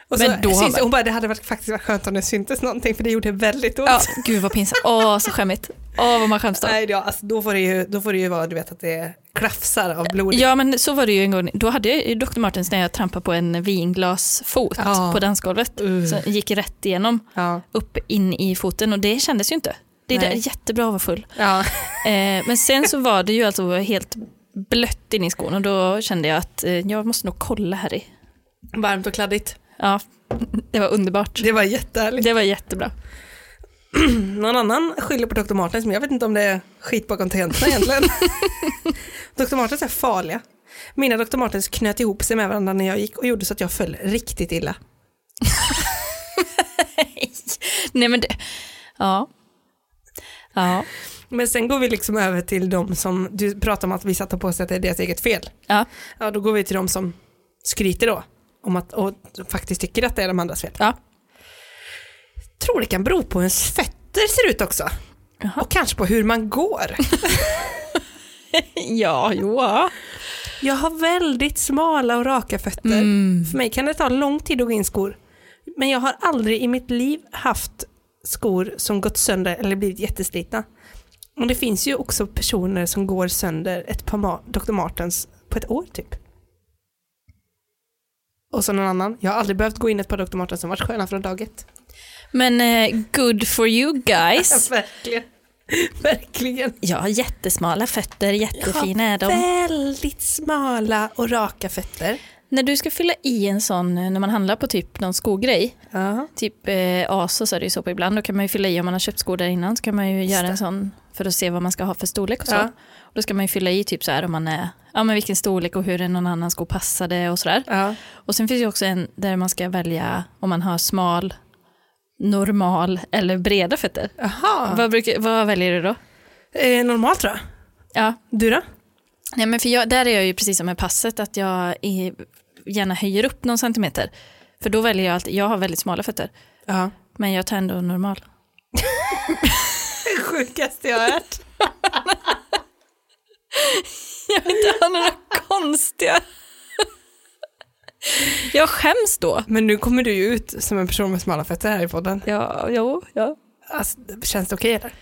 Speaker 2: Och så
Speaker 1: Men då har
Speaker 2: syns,
Speaker 1: man-
Speaker 2: Hon bara det hade varit, faktiskt varit skönt om det syntes någonting för det gjorde väldigt ont.
Speaker 1: Ja, gud vad pinsamt. Åh, så skämmigt. Åh, vad man skäms då.
Speaker 2: Nej, ja, alltså, då, får det ju, då får det ju vara du vet att det klafsar av blod.
Speaker 1: Ja, men så var det ju en gång. Då hade jag ju Dr. Martens när jag trampade på en vinglasfot
Speaker 2: Ja.
Speaker 1: på dansgolvet.
Speaker 2: Uh.
Speaker 1: Så gick rätt igenom,
Speaker 2: Ja.
Speaker 1: upp in i foten och det kändes ju inte. Det är
Speaker 2: Nej.
Speaker 1: där- jättebra att vara full.
Speaker 2: Ja.
Speaker 1: Eh, men sen så var det ju alltså helt blött in i skon och då kände jag att eh, jag måste nog kolla här i.
Speaker 2: Varmt och kladdigt.
Speaker 1: Ja, det var underbart.
Speaker 2: Det var jättehärligt.
Speaker 1: Det var <laughs> jättebra.
Speaker 2: Någon annan skyller på Dr. Martens, men jag vet inte om det är skit bakom tangenterna <laughs> egentligen. Dr. Martens är farliga. Mina Dr. Martens knöt ihop sig med varandra när jag gick och gjorde så att jag föll riktigt illa.
Speaker 1: Nej men det, ja. Ja,
Speaker 2: Men sen går vi liksom över till de som, du pratar om att vissa tar på sig att det är deras eget fel.
Speaker 1: ja,
Speaker 2: Ja, då går vi till de som skryter då, om att, och faktiskt tycker att det är de andras fel.
Speaker 1: ja.
Speaker 2: tror det kan bero på hur ens fötter ser ut också.
Speaker 1: Jaha.
Speaker 2: Och kanske på hur man går.
Speaker 1: Ja, jo.
Speaker 2: <laughs> Jag har väldigt smala och raka fötter.
Speaker 1: Mm.
Speaker 2: För mig kan det ta lång tid att gå in i skor. Men jag har aldrig i mitt liv haft skor som gått sönder eller blivit jätteslitna. Och det finns ju också personer som går sönder ett par ma- Dr. Martens på ett år typ. Och så någon annan. Jag har aldrig behövt gå in i ett par Dr. Martens som varit sköna från dag ett.
Speaker 1: Men eh, good for you guys.
Speaker 2: Verkligen. <laughs> Verkligen.
Speaker 1: Jag har jättesmala fötter, jättefina är de.
Speaker 2: Väldigt smala och raka fötter.
Speaker 1: När du ska fylla i en sån, eh, när man handlar på typ någon skogrej,
Speaker 2: Ja.
Speaker 1: typ eh, ASOS är det ju så på ibland, då kan man ju fylla i om man har köpt skor där innan så kan man ju göra en sån för att se vad man ska ha för storlek och så.
Speaker 2: Ja.
Speaker 1: Och då ska man ju fylla i typ så här om man är, ja men vilken storlek och hur en någon annan sko passade och sådär.
Speaker 2: ja.
Speaker 1: Och sen finns det ju också en där man ska välja om man har smal, normal eller breda fötter.
Speaker 2: Jaha.
Speaker 1: Vad, brukar, vad väljer du då?
Speaker 2: Eh, normalt tror jag.
Speaker 1: Ja,
Speaker 2: Du då?
Speaker 1: Nej, men för jag, där är jag ju precis som med passet, att jag är, gärna höjer upp någon centimeter. För då väljer jag alltid, jag har väldigt smala fötter,
Speaker 2: Ja.
Speaker 1: men jag tar ändå normal.
Speaker 2: Det sjukaste jag har hört.
Speaker 1: Jag vill inte ha några konstiga... Jag skäms då.
Speaker 2: Men nu kommer du ju ut som en person med smala fötter här i podden.
Speaker 1: Ja, jo, ja.
Speaker 2: Alltså, känns det okej eller?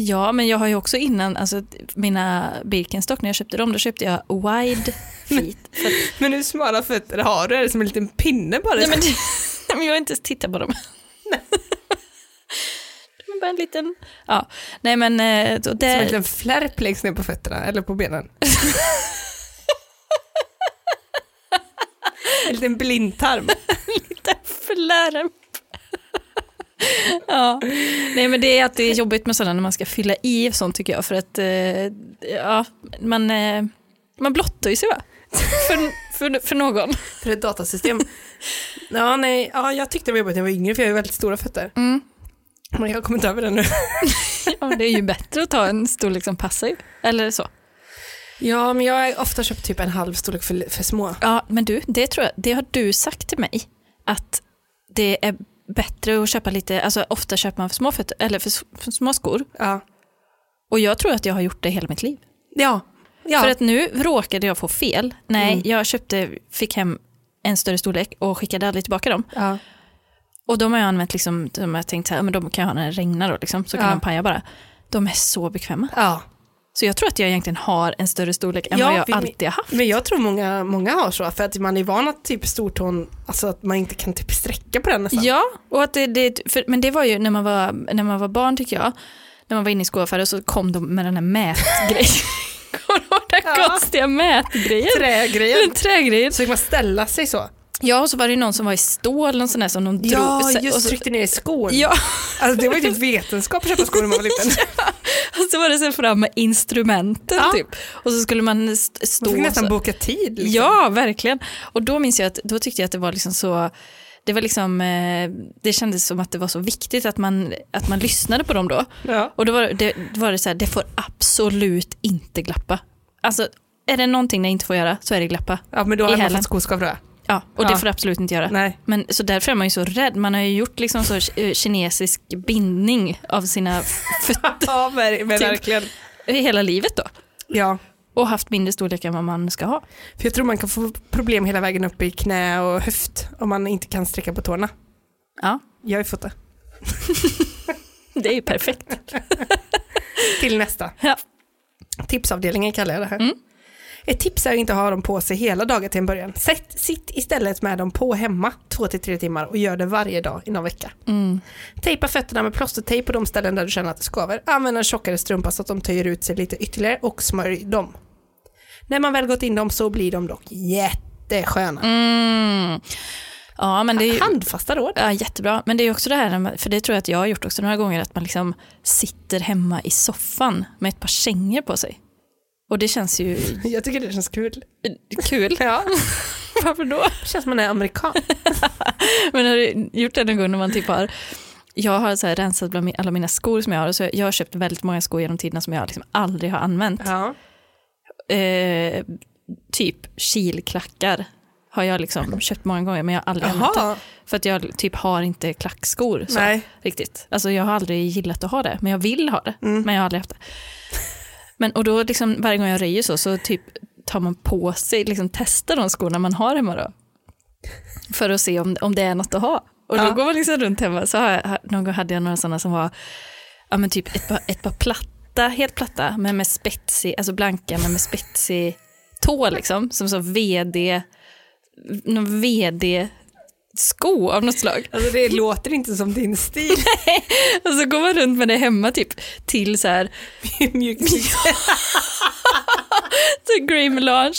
Speaker 1: Ja, men jag har ju också innan, alltså mina Birkenstock, när jag köpte dem, då köpte jag wide feet. För,
Speaker 2: Men hur smala fötter har du? Är det som en liten pinne
Speaker 1: <laughs>
Speaker 2: bara?
Speaker 1: nej, men, det- nej, <laughs> men jag har inte ens tittat på dem. <laughs> De är bara en liten... Ja, nej men... eh, då-
Speaker 2: Som en
Speaker 1: Där,
Speaker 2: liten flärp längst ner på fötterna eller på <laughs> benen. en liten blindtarm.
Speaker 1: Flärp. ja. Nej men det är att det är jobbigt med sådana när man ska fylla i och sånt tycker jag för att eh, ja, man, eh, man blottar ju sig va? för, för, för någon.
Speaker 2: För ett datasystem. ja, nej, ja, jag tyckte det var jobbigt när jag var yngre för jag har ju väldigt stora fötter.
Speaker 1: Mm.
Speaker 2: Men jag har kommit över det nu.
Speaker 1: Ja, det är ju bättre att ta en storlek som passar ju. Eller så.
Speaker 2: ja, men jag har ofta köpt typ en halv storlek för, för små.
Speaker 1: Ja men du, det tror jag, det har du sagt till mig att det är bättre att köpa lite, alltså ofta köper man för små, fötter, eller för, s- för små skor
Speaker 2: Ja.
Speaker 1: och jag tror att jag har gjort det hela mitt liv.
Speaker 2: Ja. ja.
Speaker 1: För att nu råkade jag få fel. Nej,
Speaker 2: Mm.
Speaker 1: jag köpte, fick hem en större storlek och skickade aldrig tillbaka dem.
Speaker 2: ja.
Speaker 1: Och de har jag använt, liksom, de har jag tänkt så här, men de kan jag ha när det regnar då, liksom, så kan
Speaker 2: Ja.
Speaker 1: de paja bara. De är så bekväma.
Speaker 2: ja.
Speaker 1: Så jag tror att jag egentligen har en större storlek än
Speaker 2: Ja,
Speaker 1: vad jag
Speaker 2: vi-
Speaker 1: alltid har haft.
Speaker 2: Men jag tror många, många har så, för att man är van att typ stortån, alltså att man inte kan typ sträcka på den nästan.
Speaker 1: Ja, och att det, det, för, men det var ju när man var, när man var barn tycker jag, när man var inne i skoaffären så kom de med den här mätgrejen.
Speaker 2: <laughs>
Speaker 1: Kommer du ihåg den
Speaker 2: Ja.
Speaker 1: konstiga mätgrejen?
Speaker 2: Trägrejen.
Speaker 1: Den trägrejen.
Speaker 2: Så fick man ställa sig så.
Speaker 1: Ja, och så var det ju någon som var i stål, någon sån där som de drog. så- och
Speaker 2: just
Speaker 1: så,
Speaker 2: tryckte ner i skor.
Speaker 1: Ja,
Speaker 2: Alltså det var ju typ vetenskap att köpa skor när man var liten.
Speaker 1: och så var det så fram med instrumenten
Speaker 2: Ja.
Speaker 1: typ. Och så skulle man st-
Speaker 2: Man
Speaker 1: stå
Speaker 2: fick
Speaker 1: så.
Speaker 2: nästan boka tid. Liksom.
Speaker 1: Ja, verkligen. Och då minns jag att då tyckte jag att det var liksom så det var liksom, eh, det kändes som att det var så viktigt att man, att man lyssnade på dem då.
Speaker 2: Ja.
Speaker 1: Och då var det, då var det så här, det får absolut inte glappa. Alltså, är det någonting ni inte får göra så är det glappa.
Speaker 2: ja, men
Speaker 1: I
Speaker 2: då hade man
Speaker 1: hälen.
Speaker 2: fått skoskav tror jag.
Speaker 1: Ja, och
Speaker 2: Ja.
Speaker 1: det får du absolut inte göra. <laughs>
Speaker 2: Nej.
Speaker 1: Men, så därför är man ju så rädd. Man har ju gjort liksom så eh, kinesisk bindning av sina fötter
Speaker 2: Ja, ver- men
Speaker 1: Typ.
Speaker 2: verkligen.
Speaker 1: hela livet då.
Speaker 2: Ja,
Speaker 1: Och haft mindre storlek än vad man ska ha.
Speaker 2: för jag tror man kan få problem hela vägen upp i knä och höft om man inte kan sträcka på tårna.
Speaker 1: Ja,
Speaker 2: Jag har ju fått det.
Speaker 1: det är ju perfekt.
Speaker 2: Till nästa.
Speaker 1: <laughs> Ja.
Speaker 2: Tipsavdelningen kallar jag det här.
Speaker 1: Mm.
Speaker 2: Ett tips är att inte ha dem på sig hela dagen till en början. Sätt, sitt istället med dem på hemma två till tre timmar och gör det varje dag i någon vecka.
Speaker 1: Mm.
Speaker 2: Tejpa fötterna med plåstertejp på de ställen där du känner att det skaver. Använd en tjockare strumpa så att de töjer ut sig lite ytterligare och smörj dem. När man väl gått in dem så blir de dock jättesköna.
Speaker 1: Mm. Ja, men det är ju
Speaker 2: Handfasta råd.
Speaker 1: ja, jättebra. Men det är ju också det här, när man- för det tror jag att jag har gjort också några gånger, att man liksom sitter hemma i soffan med ett par kängor på sig. Och det känns ju
Speaker 2: <laughs> Jag tycker det känns kul.
Speaker 1: kul.
Speaker 2: Ja,
Speaker 1: <laughs> Varför då?
Speaker 2: det känns som man
Speaker 1: <laughs>
Speaker 2: är amerikan.
Speaker 1: Men har du gjort det någon gång när man typ har jag har så här rensat bland mi- alla mina skor som jag har. och Så jag har köpt väldigt många skor genom tiderna som jag liksom aldrig har använt.
Speaker 2: Ja.
Speaker 1: Eh, typ kilklackar har jag liksom köpt många gånger men jag har aldrig använt det.
Speaker 2: Jaha,
Speaker 1: För att jag typ har inte klackskor så,
Speaker 2: Nej.
Speaker 1: riktigt. Alltså jag har aldrig gillat att ha det, men jag vill ha det. Men jag har aldrig haft det. Men, och då liksom, varje gång jag röjer så, så typ tar man på sig, liksom testar de skorna man har hemma då. För att se om, om det är något att ha. Och då
Speaker 2: Ja.
Speaker 1: går man liksom runt hemma, så har jag, någon gång hade jag några sådana som var, ja men typ ett par, ett par platta, helt platta, men med spetsig, alltså blanka men med spetsig tå liksom, som så vd, någon vd-sko av något slag.
Speaker 2: Alltså det låter inte som din stil.
Speaker 1: Och så går man runt med det hemma typ till så här,
Speaker 2: Mjukis
Speaker 1: till Grey
Speaker 2: <laughs>
Speaker 1: Melange.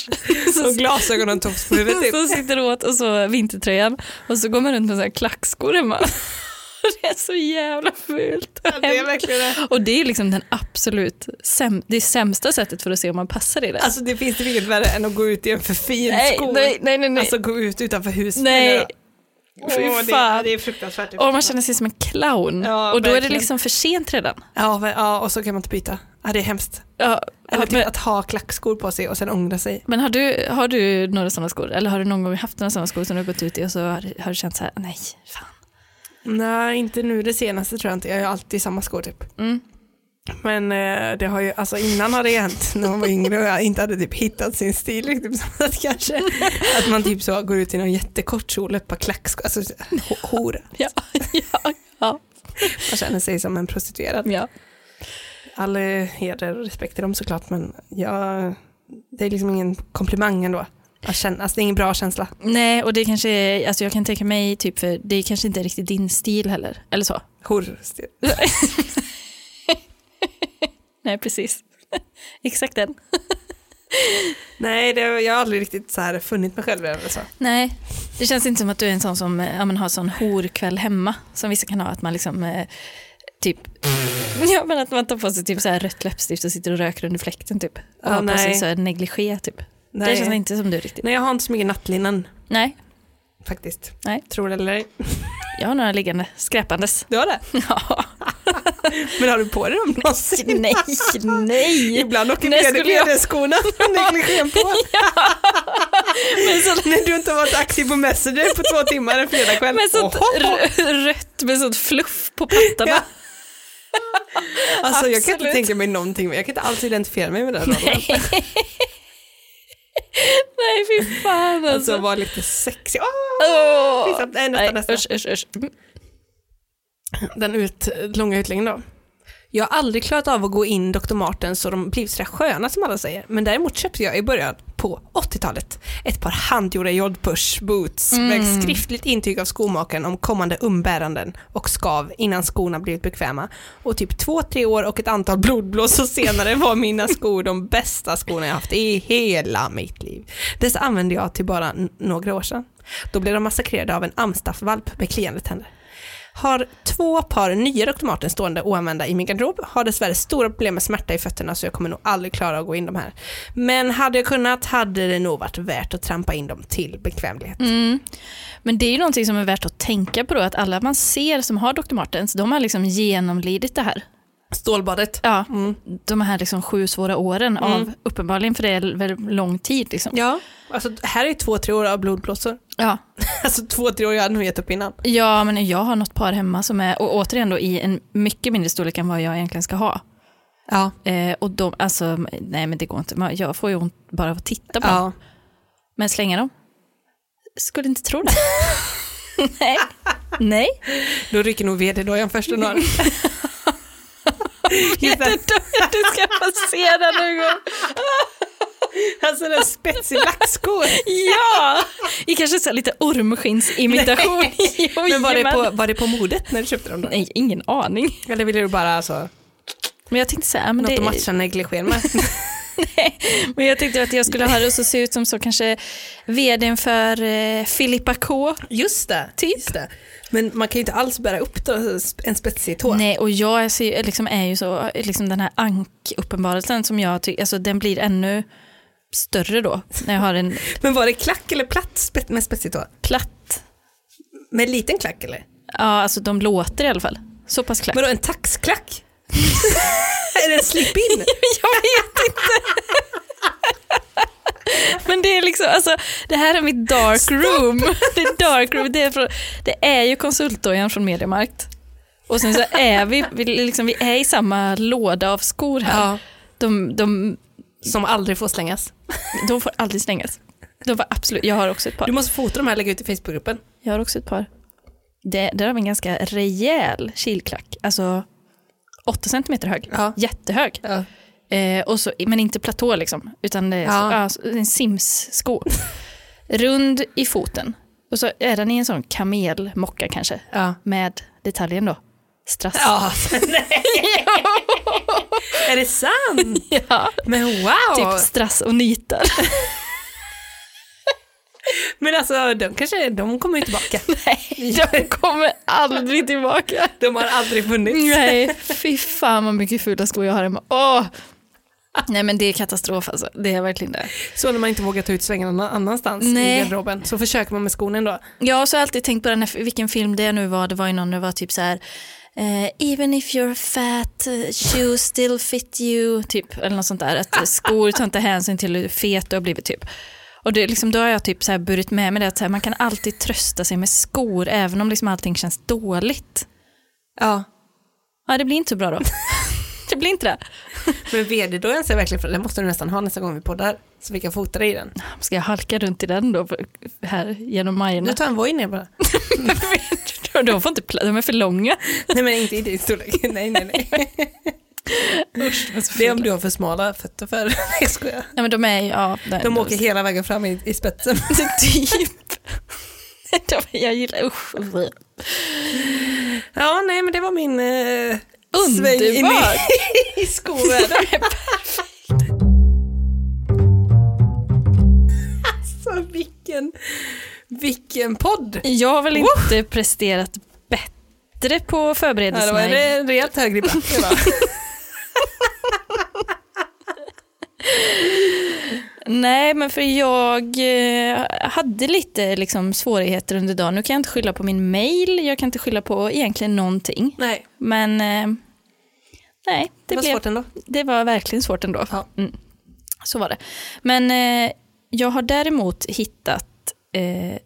Speaker 2: och glasögon och en tops på huvudet. typ.
Speaker 1: Så sitter det åt och så vintertröjan och så går man runt med så här klackskor hemma. <laughs> Det är så jävla fult. och
Speaker 2: Ja, Det är
Speaker 1: hemskt.
Speaker 2: verkligen det.
Speaker 1: Och det är liksom den absolut säm- det sämsta sättet för att se om man passar i det.
Speaker 2: <laughs> Alltså det finns det inget värre än att gå ut i en för fin
Speaker 1: nej,
Speaker 2: sko.
Speaker 1: nej, nej, nej, nej.
Speaker 2: Alltså gå ut utanför huset.
Speaker 1: nej.
Speaker 2: Åh,
Speaker 1: Fy
Speaker 2: det,
Speaker 1: fan.
Speaker 2: det är fruktansvärt. det är
Speaker 1: Och man
Speaker 2: fruktansvärt.
Speaker 1: känner sig som en clown.
Speaker 2: Ja,
Speaker 1: och då är det
Speaker 2: verkligen.
Speaker 1: liksom för sent redan.
Speaker 2: Ja, men, ja, och så kan man inte byta. Ja, det är hemskt.
Speaker 1: Ja,
Speaker 2: Eller typ
Speaker 1: men,
Speaker 2: att ha klackskor på sig och sen ångra sig.
Speaker 1: men har, du, har du några sådana skor? Eller har du någon gång haft några sådana skor som du har gått ut i och så har, har du känt så här, nej, fan.
Speaker 2: Nej, inte nu det senaste tror jag inte. Jag har alltid samma skor typ.
Speaker 1: Mm.
Speaker 2: Men eh, det har ju, alltså innan har det hänt när man var yngre och jag inte hade typ hittat sin stil riktigt. Så att kanske <laughs> att man typ så går ut i någon jättekort kjol, ett par klackskor, alltså ho- hora.
Speaker 1: Ja, <laughs> ja, ja.
Speaker 2: Man känner sig som en prostituerad.
Speaker 1: ja.
Speaker 2: All eh, heder och respekt till dem såklart men jag, det är liksom ingen komplimang ändå. Jag känner, alltså det är ingen bra känsla.
Speaker 1: Nej, och det kanske är, alltså jag kan tänka mig, typ, för det är kanske inte riktigt din stil heller. Eller så.
Speaker 2: Horstil.
Speaker 1: Nej, precis. <laughs> Exakt den.
Speaker 2: Nej, det, jag har aldrig riktigt så här funnit mig själv alltså. eller så.
Speaker 1: Nej, det känns inte som att du är en sån som eh, ja, men har sån horkväll hemma, som vissa kan ha, att man liksom eh, typ, <laughs> ja men att man tar på sig typ så här rött läppstift och sitter och röker under fläkten typ. Och
Speaker 2: Ja,
Speaker 1: har på sig
Speaker 2: nej.
Speaker 1: så här negligé typ.
Speaker 2: Nej.
Speaker 1: Det känns inte som du riktigt.
Speaker 2: Nej, jag har inte så mycket nattlinnen
Speaker 1: Nej,
Speaker 2: faktiskt.
Speaker 1: Nej.
Speaker 2: Tror det eller ej.
Speaker 1: jag har några liggande <laughs> skräpandes.
Speaker 2: Du har det?
Speaker 1: Ja,
Speaker 2: Men har du på dig dem någonsin?
Speaker 1: <laughs> nej, nej.
Speaker 2: Ibland åker
Speaker 1: Nej, skulle jag- <laughs>
Speaker 2: vd-skorna från negligén på. <laughs>
Speaker 1: Men så
Speaker 2: När du inte har varit aktiv på Messenger på två timmar en fredagkväll.
Speaker 1: Med sånt
Speaker 2: Ohoho!
Speaker 1: rö- rött med sånt fluff på pattarna.
Speaker 2: Ja. Alltså jag kan inte
Speaker 1: Absolut.
Speaker 2: tänka mig någonting, men jag kan inte alls identifiera mig med den rollen.
Speaker 1: Nej fy fan alltså.
Speaker 2: Alltså vara lite sexig. Åh!
Speaker 1: Åh!
Speaker 2: Pinsamt. Nej, nästa,
Speaker 1: Nej,
Speaker 2: nästa.
Speaker 1: usch, usch, usch. Mm.
Speaker 2: Den ut, långa utlängden då. Jag har aldrig klarat av att gå in Dr. Martens så de blivit sådär sköna som alla säger. Men däremot köpte jag i början på 80-talet ett par handgjorda jodpush boots med skriftligt intyg av skomakaren om kommande umbäranden och skav innan skorna blivit bekväma. Och typ två, tre år och ett antal blodblåsor senare var mina skor de bästa skorna jag haft i hela mitt liv. Dessa använde jag till bara n- några år sedan. Då blev de massakrerade av en amstaffvalp med kliande tänder. Har två par nya Dr. Martens stående oanvända i min garderob. Har dessvärre stora problem med smärta i fötterna så jag kommer nog aldrig klara att gå in de här. Men hade jag kunnat hade det nog varit värt att trampa in dem till bekvämlighet.
Speaker 1: Mm. Men det är ju någonting som är värt att tänka på då, att alla man ser som har Dr. Martens, de har liksom genomlidit det här.
Speaker 2: Stålbadet.
Speaker 1: Ja, Mm. de här liksom sju svåra åren av, uppenbarligen för det är väldigt lång tid liksom.
Speaker 2: Ja, alltså här är två, tre år av blodblåsor.
Speaker 1: Ja.
Speaker 2: <laughs> Alltså två, tre år jag hade nog gett upp innan.
Speaker 1: ja, men jag har något par hemma som är, och återigen då i en mycket mindre storlek än vad jag egentligen ska ha.
Speaker 2: Ja.
Speaker 1: Eh, och de, alltså, nej men det går inte, Man- jag får ju ont bara av att titta på dem.
Speaker 2: ja.
Speaker 1: Men slänga dem? Skulle inte tro det. <laughs> Nej. Nej.
Speaker 2: Då rycker nog vd-dojan först <laughs> och någon. Just det.
Speaker 1: Du ska få se den någon gång.
Speaker 2: Alltså den spetsig
Speaker 1: <laughs>
Speaker 2: lackskor.
Speaker 1: Ja! I kanske så här lite <laughs> ormskinsimitation. Jo,
Speaker 2: Men var det,
Speaker 1: jajamän.
Speaker 2: på, var det på modet när du köpte dem då?
Speaker 1: Nej, ingen aning.
Speaker 2: Eller ville du bara alltså,
Speaker 1: Men jag tänkte så här, men,
Speaker 2: något att
Speaker 1: det,
Speaker 2: matcha negligén med?
Speaker 1: <laughs> men jag tänkte att jag skulle ha det och så se ut som så kanske vdn för eh, Filippa K.
Speaker 2: Just det.
Speaker 1: Typ.
Speaker 2: Just det. Men man kan ju inte alls bära upp då, en spetsig tå.
Speaker 1: Nej, och jag är, så- liksom, är ju så, liksom den här ank-uppenbarelsen som jag tycker, alltså den blir ännu större då när jag har en
Speaker 2: Men var det klack eller platt spe- med spetsig tå?
Speaker 1: platt
Speaker 2: Med liten klack eller?
Speaker 1: Ja, alltså de låter i alla fall. Så pass klart.
Speaker 2: Vadå en taxklack? <laughs>
Speaker 1: <laughs>
Speaker 2: är det en slip-in?
Speaker 1: Jag vet inte. Men det är liksom, alltså, det här är mitt dark room. Det är, dark room. Det är, från, det är ju konsultdojan från Mediamarkt. Och sen så är vi, vi, liksom, vi är i samma låda av skor här.
Speaker 2: Ja.
Speaker 1: De, de,
Speaker 2: Som aldrig får slängas.
Speaker 1: de får aldrig slängas. De får absolut, jag har också ett par.
Speaker 2: Du måste fota de här och lägga ut i Facebookgruppen.
Speaker 1: Jag har också ett par. Det, där har vi en ganska rejäl kilklack. Alltså 8 centimeter hög.
Speaker 2: Ja.
Speaker 1: Jättehög.
Speaker 2: Ja.
Speaker 1: Eh, och så, men inte platå liksom, utan det är
Speaker 2: Ja.
Speaker 1: så, ja, så- en simssko. Rund i foten. Och så är den i en sån kamelmocka kanske.
Speaker 2: Ja.
Speaker 1: Med detaljen då, strass.
Speaker 2: <laughs> ja.
Speaker 1: <laughs>
Speaker 2: Är det sant?
Speaker 1: Ja,
Speaker 2: Men wow!
Speaker 1: Typ strass och nitar. <laughs>
Speaker 2: Men alltså de kanske, de kommer ju tillbaka.
Speaker 1: Nej, de kommer aldrig tillbaka.
Speaker 2: De har aldrig funnits.
Speaker 1: Nej, fy fan vad mycket fula skor jag har hemma. Åh! Nej men det är katastrof alltså, det är verkligen det.
Speaker 2: Så när man inte vågar ta ut svängarna någon annanstans
Speaker 1: Nej.
Speaker 2: i garderoben så försöker man med skon ändå.
Speaker 1: Jag har så alltid tänkt på den här, vilken film det nu var, det var ju någon, det var typ så här eh, even if you're fat, eh, shoes still fit you, typ, eller något sånt där. Att eh, skor tar inte hänsyn till hur fet du har blivit, typ. Och det, är liksom, då har jag typ så här burit med mig det att så här, man kan alltid trösta sig med skor, även om liksom allting känns dåligt.
Speaker 2: Ja.
Speaker 1: Ja, det blir inte så bra
Speaker 2: <laughs>
Speaker 1: då. det blir inte det.
Speaker 2: Men vd-dojan ser verkligen fram Den måste du nästan ha nästa gång vi poddar. Så vi kan fota dig i den.
Speaker 1: Ska jag halka runt i den då, för- här genom
Speaker 2: Du <laughs>
Speaker 1: Majorna?
Speaker 2: tar en Voi ner bara.
Speaker 1: de får inte plats, de är för långa.
Speaker 2: Nej men inte i din storlek. <laughs> Nej nej nej. Det är om du har för smala fötter för. <laughs> Nej jag skojar.
Speaker 1: Nej men de är ju, ja. nej,
Speaker 2: De åker hela vägen fram i, i <laughs> spetsen.
Speaker 1: typ. De- Jag gillar, usch.
Speaker 2: Ja nej men det var min eh, sväng in
Speaker 1: Underbart!
Speaker 2: i, <laughs> i <laughs> skovärlden. Alltså vilken, vilken podd.
Speaker 1: Jag har väl inte presterat bättre på
Speaker 2: Ja, det var
Speaker 1: förberedelserna.
Speaker 2: en re- rejält hög ribba. <laughs> Det var-
Speaker 1: Nej, men för jag eh, hade lite liksom, svårigheter under dagen. Nu kan jag inte skylla på min mail, jag kan inte skylla på egentligen någonting.
Speaker 2: <laughs> Nej,
Speaker 1: Men eh, nej, det,
Speaker 2: det var
Speaker 1: blev,
Speaker 2: svårt ändå.
Speaker 1: det var verkligen svårt ändå.
Speaker 2: Ja.
Speaker 1: Mm. Så var det. Men eh, jag har däremot hittat eh,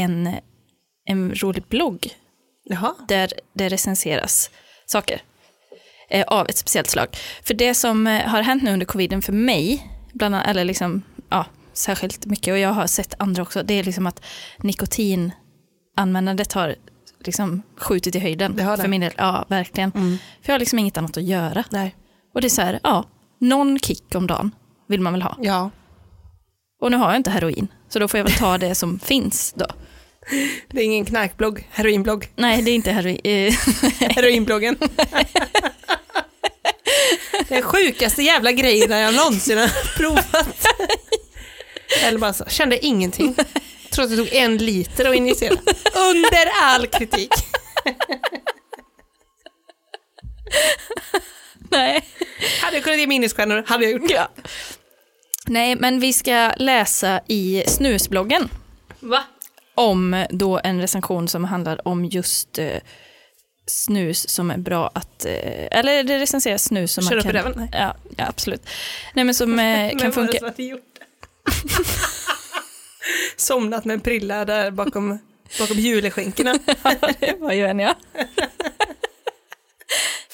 Speaker 1: en, en rolig blogg
Speaker 2: Jaha.
Speaker 1: där det recenseras saker eh, av ett speciellt slag. För det som eh, har hänt nu under coviden för mig, bland annat, eller liksom, ja, särskilt mycket, och jag har sett andra också, det är liksom att nikotinanvändandet har liksom skjutit i höjden.
Speaker 2: Det har det. Mm.
Speaker 1: För min del, ja, verkligen. För jag har liksom inget annat att göra.
Speaker 2: Nej.
Speaker 1: Och det är så här, ja, någon kick om dagen vill man väl ha.
Speaker 2: Ja.
Speaker 1: Och nu har jag inte heroin, så då får jag väl ta det som <laughs> finns då.
Speaker 2: Det är ingen knarkblogg, heroinblogg.
Speaker 1: Nej, det är inte heroin. eh, <laughs>
Speaker 2: <laughs> Heroinbloggen. Den sjukaste jävla grejen jag någonsin har <laughs> provat. Eller bara så, kände ingenting. Trots att det tog en liter att <laughs> injicera. Under all kritik.
Speaker 1: Nej.
Speaker 2: Hade jag kunnat ge minusstjärnor hade jag gjort det.
Speaker 1: Nej, men vi ska läsa i snusbloggen
Speaker 2: Va?
Speaker 1: om då en recension som handlar om just eh, snus som är bra att, eh, eller det recenseras snus som
Speaker 2: Kör
Speaker 1: man
Speaker 2: upp i
Speaker 1: kan...
Speaker 2: röven? Nej.
Speaker 1: Ja, ja, absolut. Nej
Speaker 2: <laughs>
Speaker 1: men som eh, kan funka. <laughs>
Speaker 2: Svarte gjort? <laughs> Somnat med en prilla där bakom, bakom juleskinkorna.
Speaker 1: Det var ju en ja. <laughs>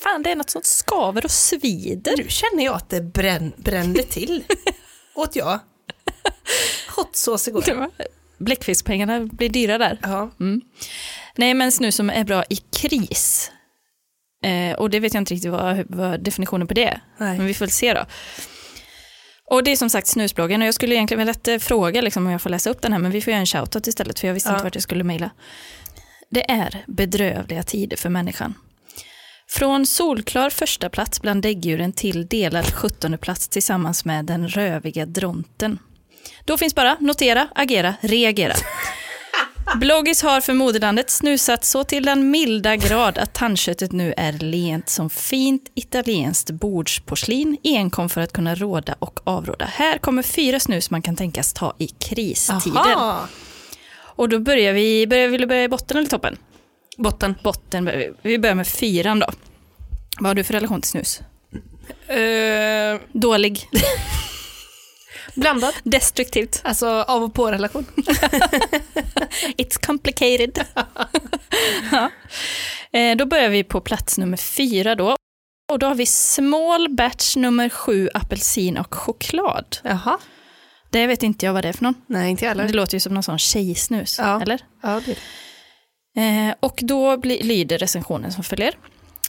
Speaker 1: Fan, det är något som skaver och svider.
Speaker 2: Nu känner jag att det brän, brände <laughs> till. Åt jag.
Speaker 1: <laughs>
Speaker 2: Hotsås igår.
Speaker 1: Bläckfiskpengarna blir dyra där.
Speaker 2: Ja.
Speaker 1: Nej, men snus som är bra i kris. Eh, och det vet jag inte riktigt vad, vad definitionen på det är.
Speaker 2: Nej.
Speaker 1: Men vi får väl se då. Och det är som sagt snusbloggen och jag skulle egentligen velat eh, fråga liksom, om jag får läsa upp den här men vi får göra en shoutout istället för jag visste
Speaker 2: Ja.
Speaker 1: inte vart jag skulle mejla. Det är bedrövliga tider för människan. Från solklar första plats bland däggdjuren till delad 17 plats tillsammans med den röviga dronten. Då finns bara notera, agera, reagera. Bloggis har för moderlandet snusat så till den milda grad att tandköttet nu är lent som fint italienskt bordsporslin, enkom för att kunna råda och avråda. Här kommer fyra snus man kan tänkas ta i kristider.
Speaker 2: Aha.
Speaker 1: Och då börjar vi, börjar, vill du börja i botten eller toppen?
Speaker 2: Botten.
Speaker 1: Botten, börjar vi. vi börjar med fyran då. <laughs> Vad har du för relation till snus?
Speaker 2: Eh,
Speaker 1: Dålig.
Speaker 2: Blandad.
Speaker 1: Destruktivt.
Speaker 2: Alltså av och på-relation.
Speaker 1: It's complicated. <laughs> ja. eh, då börjar vi på plats nummer fyra då. Och då har vi small batch nummer sju, apelsin och choklad.
Speaker 2: Jaha.
Speaker 1: Det vet inte jag vad det är för någon.
Speaker 2: Nej, inte jag
Speaker 1: Det
Speaker 2: heller.
Speaker 1: låter ju som någon sån tjejsnus,
Speaker 2: Ja.
Speaker 1: eller?
Speaker 2: Ja, det är
Speaker 1: Eh, och då blir, lyder recensionen som följer.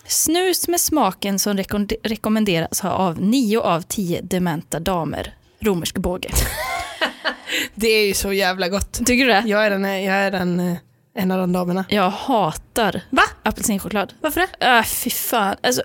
Speaker 1: Snus med smaken som rekon- rekommenderas ha av 9 av 10 dementa damer. Romersk båge.
Speaker 2: det är ju så jävla gott.
Speaker 1: Tycker du det?
Speaker 2: Jag är, den, jag är den, eh, en av de damerna.
Speaker 1: Jag hatar
Speaker 2: Va?
Speaker 1: apelsinchoklad.
Speaker 2: Varför det?
Speaker 1: Äh, fy fan. Alltså,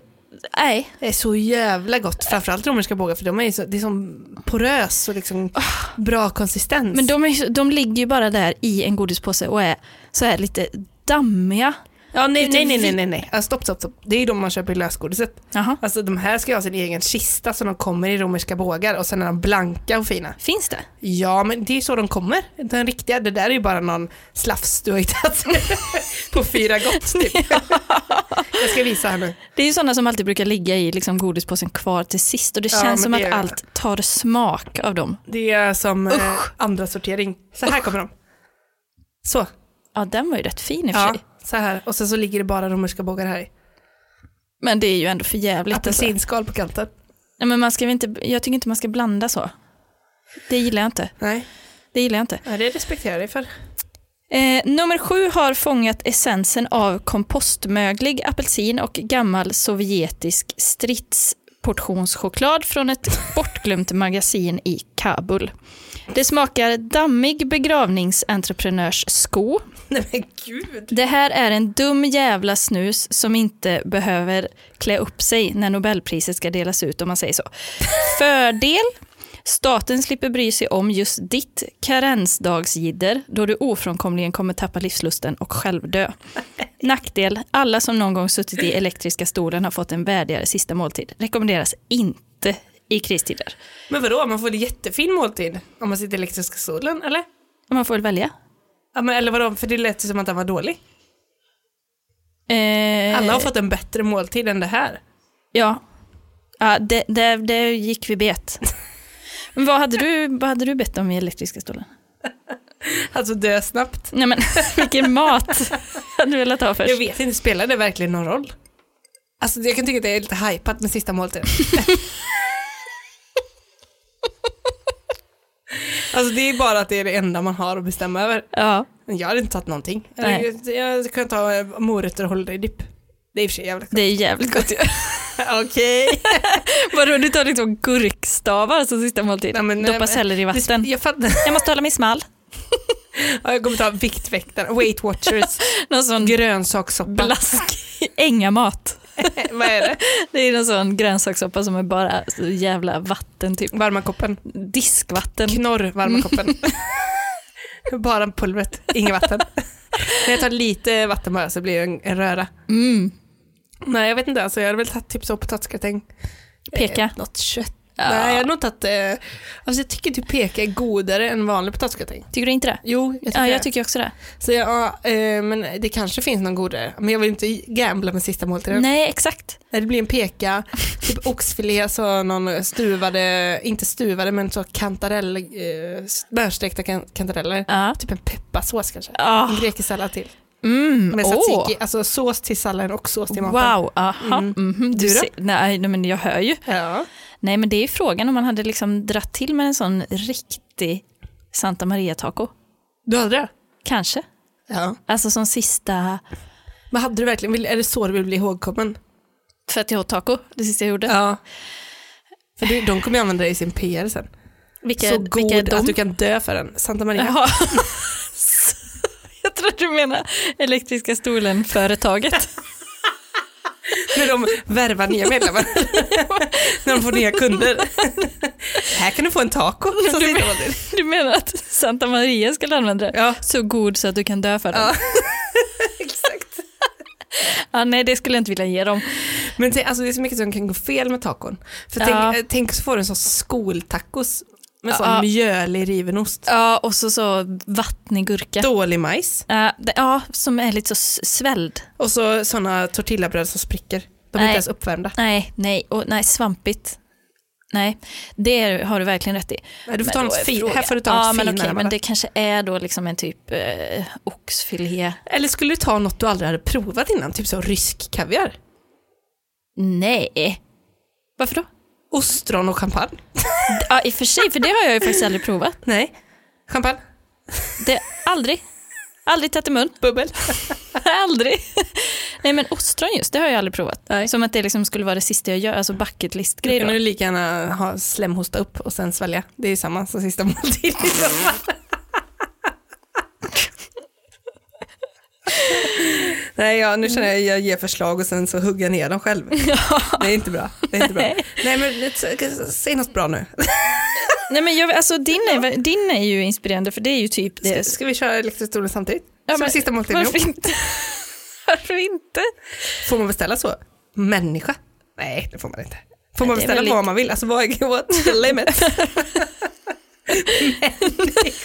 Speaker 1: nej.
Speaker 2: Det är så jävla gott. Framförallt romerska bågar för de är ju så, det är som porös och liksom bra konsistens.
Speaker 1: Men de, är, ju så- de ligger ju bara där i en godispåse och är så här lite dammiga.
Speaker 2: ja, nej,
Speaker 1: lite
Speaker 2: nej, nej, nej,
Speaker 1: vi-
Speaker 2: nej, nej. Alltså, stopp, stopp, stopp. Det är ju de man köper i lösgodiset.
Speaker 1: Jaha.
Speaker 2: Alltså de här ska ju ha sin egen kista så de kommer i romerska bågar och sen är de blanka och fina.
Speaker 1: Finns det?
Speaker 2: Ja, men det är ju så de kommer. Den riktiga, det där är ju bara någon slafs du har hittat <laughs> på fyra gott typ. <laughs> Jag ska visa här nu.
Speaker 1: Det är ju sådana som alltid brukar ligga i liksom godispåsen kvar till sist och det
Speaker 2: Ja, men
Speaker 1: känns som
Speaker 2: det
Speaker 1: att
Speaker 2: är-
Speaker 1: allt tar smak av dem.
Speaker 2: Det är som eh, andra sortering. Så här kommer de. Så,
Speaker 1: Ja, den var ju rätt fin i och för
Speaker 2: ja,
Speaker 1: sig.
Speaker 2: så här. Och sen så ligger det bara romerska bågar här i.
Speaker 1: Men det är ju ändå för jävligt. Alltså.
Speaker 2: Apelsinskal på kanten.
Speaker 1: Nej, men man ska väl inte, jag tycker inte man ska blanda så. Det gillar jag inte.
Speaker 2: Nej,
Speaker 1: Det gillar jag inte.
Speaker 2: ja, det respekterar jag för. <laughs>
Speaker 1: Eh, nummer sju har fångat essensen av kompostmöglig apelsin och gammal sovjetisk stridsportionschoklad från ett bortglömt magasin i Kabul. Det smakar dammig begravningsentreprenörs sko.
Speaker 2: Nej men gud.
Speaker 1: Det här är en dum jävla snus som inte behöver klä upp sig när Nobelpriset ska delas ut om man
Speaker 2: <laughs>
Speaker 1: säger så. Fördel? Staten slipper bry sig om just ditt karensdagsjidder då du ofrånkomligen kommer tappa livslusten och självdö. Nackdel? Alla som någon gång suttit i elektriska stolen har fått en värdigare sista måltid. Rekommenderas inte i kristider.
Speaker 2: Men vadå, man får en jättefin måltid om man sitter i elektriska solen, eller?
Speaker 1: Man får väl välja.
Speaker 2: Ja, men, eller vadå, för det lät ju som att den var dålig.
Speaker 1: Eh,
Speaker 2: Alla har fått en bättre måltid än det här.
Speaker 1: Ja, ja det, det, det gick vi bet. Men vad hade du, vad hade du bett om i elektriska stolen?
Speaker 2: Alltså dö snabbt.
Speaker 1: Nej men <laughs> vilken mat hade du velat ha först?
Speaker 2: Jag vet inte, spelar det verkligen någon roll? Alltså jag kan tycka att det är lite hypat med
Speaker 1: <laughs>
Speaker 2: sista måltiden. alltså det är bara att det är det enda man har att bestämma över.
Speaker 1: Ja,
Speaker 2: Men Jag hade inte tagit någonting.
Speaker 1: Nej.
Speaker 2: Jag, jag kunde ta eh, morötter och hålla i dipp. Det är i och för sig jävligt gott.
Speaker 1: det är jävligt gott ju.
Speaker 2: <laughs> Okej.
Speaker 1: <laughs> Vadå, du tar liksom gurkstavar som sista måltid?
Speaker 2: Nej, men- eh,
Speaker 1: Doppa
Speaker 2: men-
Speaker 1: selleri i vatten.
Speaker 2: Jag fattar.
Speaker 1: Jag måste hålla mig smal.
Speaker 2: <laughs> Ja, Jag kommer ta Viktväktarna,
Speaker 1: <laughs>
Speaker 2: Weight Watchers,
Speaker 1: Någon sån
Speaker 2: grönsakssoppa. Eh,
Speaker 1: blask, <laughs> ängamat.
Speaker 2: Vad är det?
Speaker 1: Det är någon sån grönsakssoppa som är bara så jävla vatten typ.
Speaker 2: Varma koppen.
Speaker 1: Diskvatten.
Speaker 2: Knorr varma koppen. Mm. <laughs> bara pulvret, inget vatten. När jag tar lite vatten bara så blir det en, en röra.
Speaker 1: Mm.
Speaker 2: Nej jag vet inte, alltså, jag hade väl tagit typ så potatisgratäng.
Speaker 1: Peka.
Speaker 2: Något kött.
Speaker 1: Ja.
Speaker 2: Nej jag hade nog tagit, eh, alltså jag tycker typ peka är godare än vanlig potatisgratäng.
Speaker 1: Tycker du inte det?
Speaker 2: Jo, jag tycker,
Speaker 1: Ja,
Speaker 2: det.
Speaker 1: jag tycker också det.
Speaker 2: Så ja, eh, men det kanske finns någon godare. Men jag vill inte gambla med sista måltiden. Nej.
Speaker 1: Nej, exakt.
Speaker 2: Det blir en peka, <laughs> typ oxfilé, så någon stuvade, inte stuvade men så kantarell, eh, smörstekta kan- kantareller.
Speaker 1: Ja.
Speaker 2: Typ en pepparsås kanske.
Speaker 1: Ah.
Speaker 2: En grekisk sallad till.
Speaker 1: Mm,
Speaker 2: Med
Speaker 1: åh.
Speaker 2: tzatziki, alltså sås till salladen och sås till maten.
Speaker 1: Wow, aha.
Speaker 2: Mm.
Speaker 1: mhm. Du
Speaker 2: Du då?
Speaker 1: ser, nej, nej, men jag hör ju.
Speaker 2: Ja.
Speaker 1: Nej, men det är frågan om man hade liksom dratt till med en sån riktig Santa Maria-taco.
Speaker 2: Du hade det?
Speaker 1: Kanske.
Speaker 2: Ja.
Speaker 1: Alltså som sista
Speaker 2: Men hade du verkligen, vill- är det så du vill bli ihågkommen?
Speaker 1: fettiho-taco, det sista jag gjorde.
Speaker 2: Ja. För det, de kommer ju använda det i sin PR sen.
Speaker 1: vilka,
Speaker 2: så
Speaker 1: vilka
Speaker 2: god
Speaker 1: är de?
Speaker 2: att
Speaker 1: <laughs>
Speaker 2: du kan dö för den. Santa Maria.
Speaker 1: Jaha. jag trodde du menade elektriska stolen-företaget.
Speaker 2: <laughs> När de värvar nya
Speaker 1: <laughs>
Speaker 2: medlemmar. När de får nya kunder. Här kan du få en taco. som
Speaker 1: Du
Speaker 2: sitter
Speaker 1: menar-
Speaker 2: på
Speaker 1: <laughs>
Speaker 2: din.
Speaker 1: Du menar att Santa Maria skulle använda det?
Speaker 2: Ja.
Speaker 1: Så god så att du kan dö för den. Ja.
Speaker 2: Ja. Exakt.
Speaker 1: Ah, nej, det skulle jag inte vilja ge dem.
Speaker 2: Men tänk, alltså, det är så mycket som kan gå fel med tacon. För
Speaker 1: Ja.
Speaker 2: tänk, eh, tänk så får du en sån skoltacos med sån
Speaker 1: Ja.
Speaker 2: mjölig riven ost.
Speaker 1: Ja, och så, så vattnig gurka.
Speaker 2: Dålig majs
Speaker 1: Eh, det- ja, som är lite så s- svälld.
Speaker 2: och så såna tortillabröd som spricker. De
Speaker 1: Nej.
Speaker 2: är inte ens uppvärmda.
Speaker 1: Nej, nej, och nej, svampigt. Nej, det har du verkligen rätt i.
Speaker 2: Nej, du får
Speaker 1: Men
Speaker 2: ta
Speaker 1: då
Speaker 2: något
Speaker 1: är
Speaker 2: fin,
Speaker 1: frågan-
Speaker 2: här får du ta
Speaker 1: ja,
Speaker 2: något
Speaker 1: men
Speaker 2: finare
Speaker 1: okej,
Speaker 2: bara.
Speaker 1: men det kanske är då liksom en typ eh, oxfilé.
Speaker 2: Eller skulle du ta något du aldrig hade provat innan, typ som rysk kaviar?
Speaker 1: Nej. Varför då?
Speaker 2: Ostron och champagne?
Speaker 1: Ja, i och för sig, för det har jag ju faktiskt aldrig provat.
Speaker 2: Nej. Champagne?
Speaker 1: Det, aldrig. Aldrig tagit i mun. <laughs>
Speaker 2: Bubbel?
Speaker 1: aldrig. Nej, men ostron just, det har jag aldrig provat. Som att det liksom skulle vara det sista jag gör, alltså bucket
Speaker 2: Det
Speaker 1: list-grej
Speaker 2: kan
Speaker 1: då.
Speaker 2: du lika gärna ha slemhosta upp och sen svälja. Det är ju samma som sista måltid. <laughs> Nej, ja, nu känner jag att jag ger förslag och sen så hugger jag ner dem <laughs> själv. Det är inte bra. Det är inte bra. Nej, men s- säg något bra nu.
Speaker 1: Nej, men jag, alltså, din, är, din är ju inspirerande, för det är ju typ det.
Speaker 2: Ska vi köra elektriskt stol samtidigt?
Speaker 1: Ja,
Speaker 2: som
Speaker 1: men
Speaker 2: sista måltid ihop.
Speaker 1: Varför inte? <laughs> Varför inte?
Speaker 2: Får man beställa så? Människa? Nej, det får man inte. Får man
Speaker 1: Det är
Speaker 2: beställa
Speaker 1: väl lite-
Speaker 2: vad man vill? Alltså vad är what's the <laughs> limit? Människa.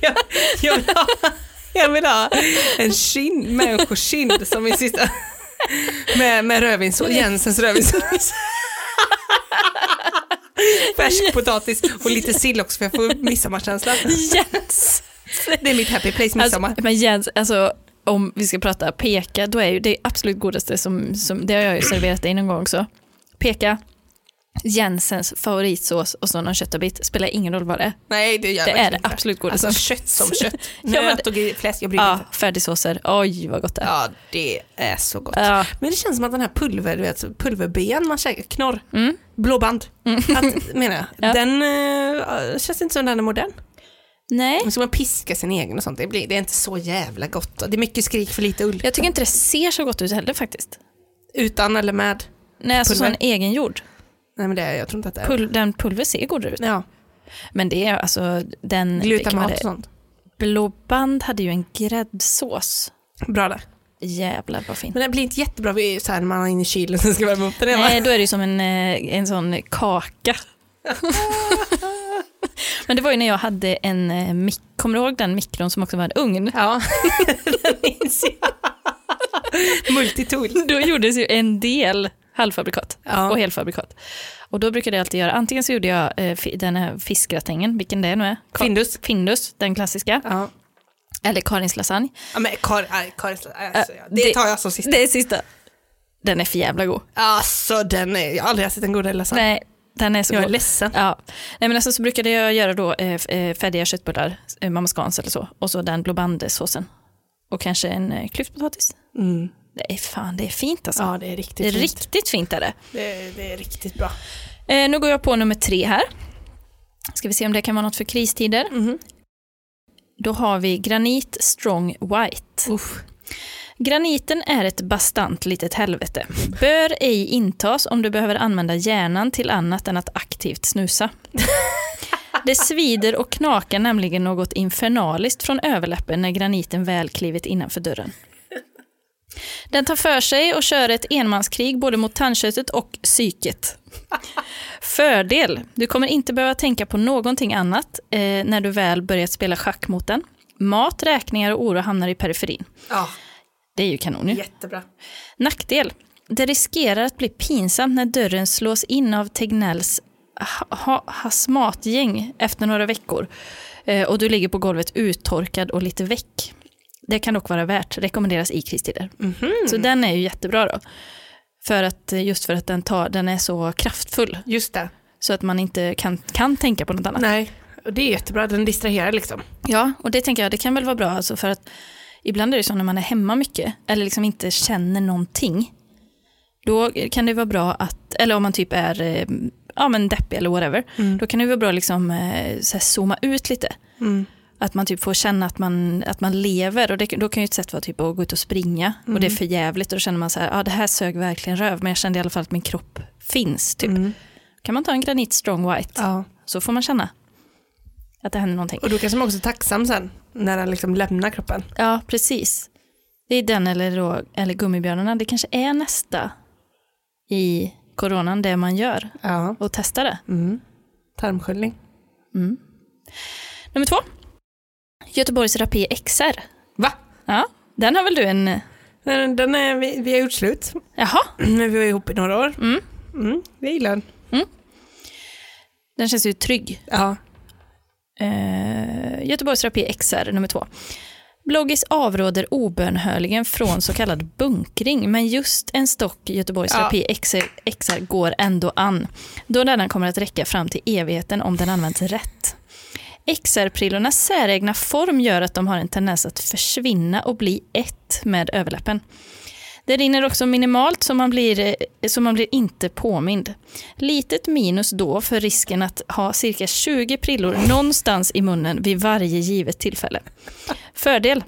Speaker 2: jag, jag, vill ha, jag vill ha en kind, människokind som min sista. Med, med rödvinssås, Jensens rödvinssås. Färskpotatis och lite sill också för jag får midsommarkänsla.
Speaker 1: Jens!
Speaker 2: Det är mitt happy place
Speaker 1: Alltså,
Speaker 2: midsommar.
Speaker 1: men Jens, alltså, om vi ska prata peka, då är ju det absolut godaste som, som det har jag ju serverat dig någon gång också. Peka, Jensens favoritsås och så någon köttabit, spelar ingen roll vad det är.
Speaker 2: Nej det gör
Speaker 1: Det
Speaker 2: verkligen
Speaker 1: är det
Speaker 2: inte.
Speaker 1: absolut godaste.
Speaker 2: Alltså kött som kött.
Speaker 1: Ja, men
Speaker 2: Nöt och gre- fläsk, jag bryr mig
Speaker 1: ja,
Speaker 2: inte.
Speaker 1: färdigsåser, oj vad gott det är.
Speaker 2: Ja, det är så gott.
Speaker 1: Ja.
Speaker 2: Men det känns som att den här pulver, du vet, pulverben man käkar, knorr, blåband, att, menar jag,
Speaker 1: Ja.
Speaker 2: den eh, känns inte som den är modern.
Speaker 1: Nej,
Speaker 2: Men ska man piska sin egen och sånt, det, blir, det är inte så jävla gott. Det är mycket skrik för lite ull.
Speaker 1: jag tycker inte det ser så gott ut heller faktiskt.
Speaker 2: Utan eller med.
Speaker 1: Nej, alltså
Speaker 2: Pulver.
Speaker 1: sån egengjord.
Speaker 2: Nej men det, är- jag tror inte att det är.
Speaker 1: Pul den pulver ser godare ut.
Speaker 2: Ja,
Speaker 1: Men det är alltså den... vilken var
Speaker 2: glutamat
Speaker 1: det?
Speaker 2: och sånt.
Speaker 1: Blåband hade ju en gräddsås.
Speaker 2: Bra där.
Speaker 1: Jävlar vad fint.
Speaker 2: Men det blir inte jättebra vid, så här, när man har in i kylen och sen ska värma upp den. igen, va?
Speaker 1: Nej, då är det ju som en, eh, en sån <laughs> kaka. Men det var ju när jag hade en eh, mik- kommer du ihåg den mikron som också var en ugn?
Speaker 2: Ja, den minns jag. Multitool.
Speaker 1: <laughs> Då gjordes ju en del halvfabrikat
Speaker 2: Ja.
Speaker 1: och helfabrikat. Och då brukade jag alltid göra, antingen så gjorde jag eh, fi- den här fiskgratängen, vilken det nu är. Ka-
Speaker 2: Findus.
Speaker 1: Findus, den klassiska.
Speaker 2: Ja.
Speaker 1: Eller Karins lasagne.
Speaker 2: Ja, men Kar, nej, Kar, alltså,
Speaker 1: Äh,
Speaker 2: ja, det
Speaker 1: det-
Speaker 2: tar jag som sista.
Speaker 1: Det är sista. Den är för jävla god.
Speaker 2: Alltså den är, jag har aldrig sett en godare lasagne.
Speaker 1: Nej, den är så
Speaker 2: jag är
Speaker 1: god.
Speaker 2: ledsen.
Speaker 1: Ja. Nej, men alltså så brukade jag göra då eh, f- eh, färdiga köttbullar, eh, mamma Scans eller så, och så den blåbandsåsen. Och kanske en eh, klyftpotatis.
Speaker 2: Mm.
Speaker 1: Det är fan, det är fint alltså.
Speaker 2: Ja, det är riktigt
Speaker 1: det är
Speaker 2: fint.
Speaker 1: riktigt fint är det.
Speaker 2: det, är, det är riktigt bra.
Speaker 1: Eh, nu går jag på nummer tre här. Ska vi se om det kan vara något för kristider.
Speaker 2: Mhm.
Speaker 1: Då har vi granit strong white.
Speaker 2: Uff.
Speaker 1: Graniten är ett bastant litet helvete. Bör ej intas om du behöver använda hjärnan till annat än att aktivt snusa. Det svider och knakar nämligen något infernaliskt från överläppen när graniten väl klivit innanför dörren. Den tar för sig och kör ett enmanskrig både mot tandköttet och psyket. Fördel, du kommer inte behöva tänka på någonting annat eh, när du väl börjat spela schack mot den. Mat, räkningar och oro hamnar i periferin.
Speaker 2: Ja,
Speaker 1: Det är ju kanon ju.
Speaker 2: jättebra.
Speaker 1: Nackdel. Det riskerar att bli pinsamt när dörren slås in av Tegnells ha- ha- hasmatgäng efter några veckor eh, och du ligger på golvet uttorkad och lite väck. Det kan dock vara värt, rekommenderas i kristider. Så den är ju jättebra då. För att, eh, just för att den, tar, den är så kraftfull
Speaker 2: Just det.
Speaker 1: så att man inte kan, kan tänka på något annat.
Speaker 2: Nej, och det är jättebra. Den distraherar liksom.
Speaker 1: Ja, och det tänker jag, det kan väl vara bra alltså för att ibland är det så när man är hemma mycket eller liksom inte känner någonting. Då kan det vara bra att, eller om man typ är eh, ja, men deppig eller whatever,
Speaker 2: Mm.
Speaker 1: då kan det vara bra att liksom, eh, så här zooma ut lite.
Speaker 2: Mm.
Speaker 1: Att man typ får känna att man, att man lever och det, då kan ju ett sätt vara typ att gå ut och springa och det är för jävligt och då känner man så här, ja ah, det här sög verkligen röv men jag kände i alla fall att min kropp finns. Typ. Kan man ta en granit strong white
Speaker 2: Mm. Ja.
Speaker 1: så får man känna att det händer någonting.
Speaker 2: Och då kanske man också är tacksam sen när den liksom lämnar kroppen.
Speaker 1: Ja, precis. Det är den eller, då, eller gummibjörnarna. Det kanske är nästa i coronan, det man gör
Speaker 2: Ja. Mm.
Speaker 1: och testar det. Mm.
Speaker 2: Tarmsköljning.
Speaker 1: Nummer två. Göteborgs Rapé XR.
Speaker 2: Va?
Speaker 1: Ja, den har väl du en...
Speaker 2: Den, den är, vi, vi har gjort slut. <clears throat>
Speaker 1: Jaha,
Speaker 2: Men vi var ihop i några år.
Speaker 1: Mm.
Speaker 2: Mm, vi gillar den.
Speaker 1: Den känns ju trygg.
Speaker 2: Ja.
Speaker 1: Eh, Göteborgsterapi XR nummer två. Bloggis avråder obönhörligen från så kallad bunkring, men just en stock Göteborgsterapi XR, XR går ändå an, då denna kommer att räcka fram till evigheten om den används rätt. XR-prillornas säregna form gör att de har en tendens att försvinna och bli ett med överläppen. Det rinner också minimalt så man blir, eh, så man blir inte påmind. Litet minus då för risken att ha cirka 20 prillor någonstans i munnen vid varje givet tillfälle. Fördel.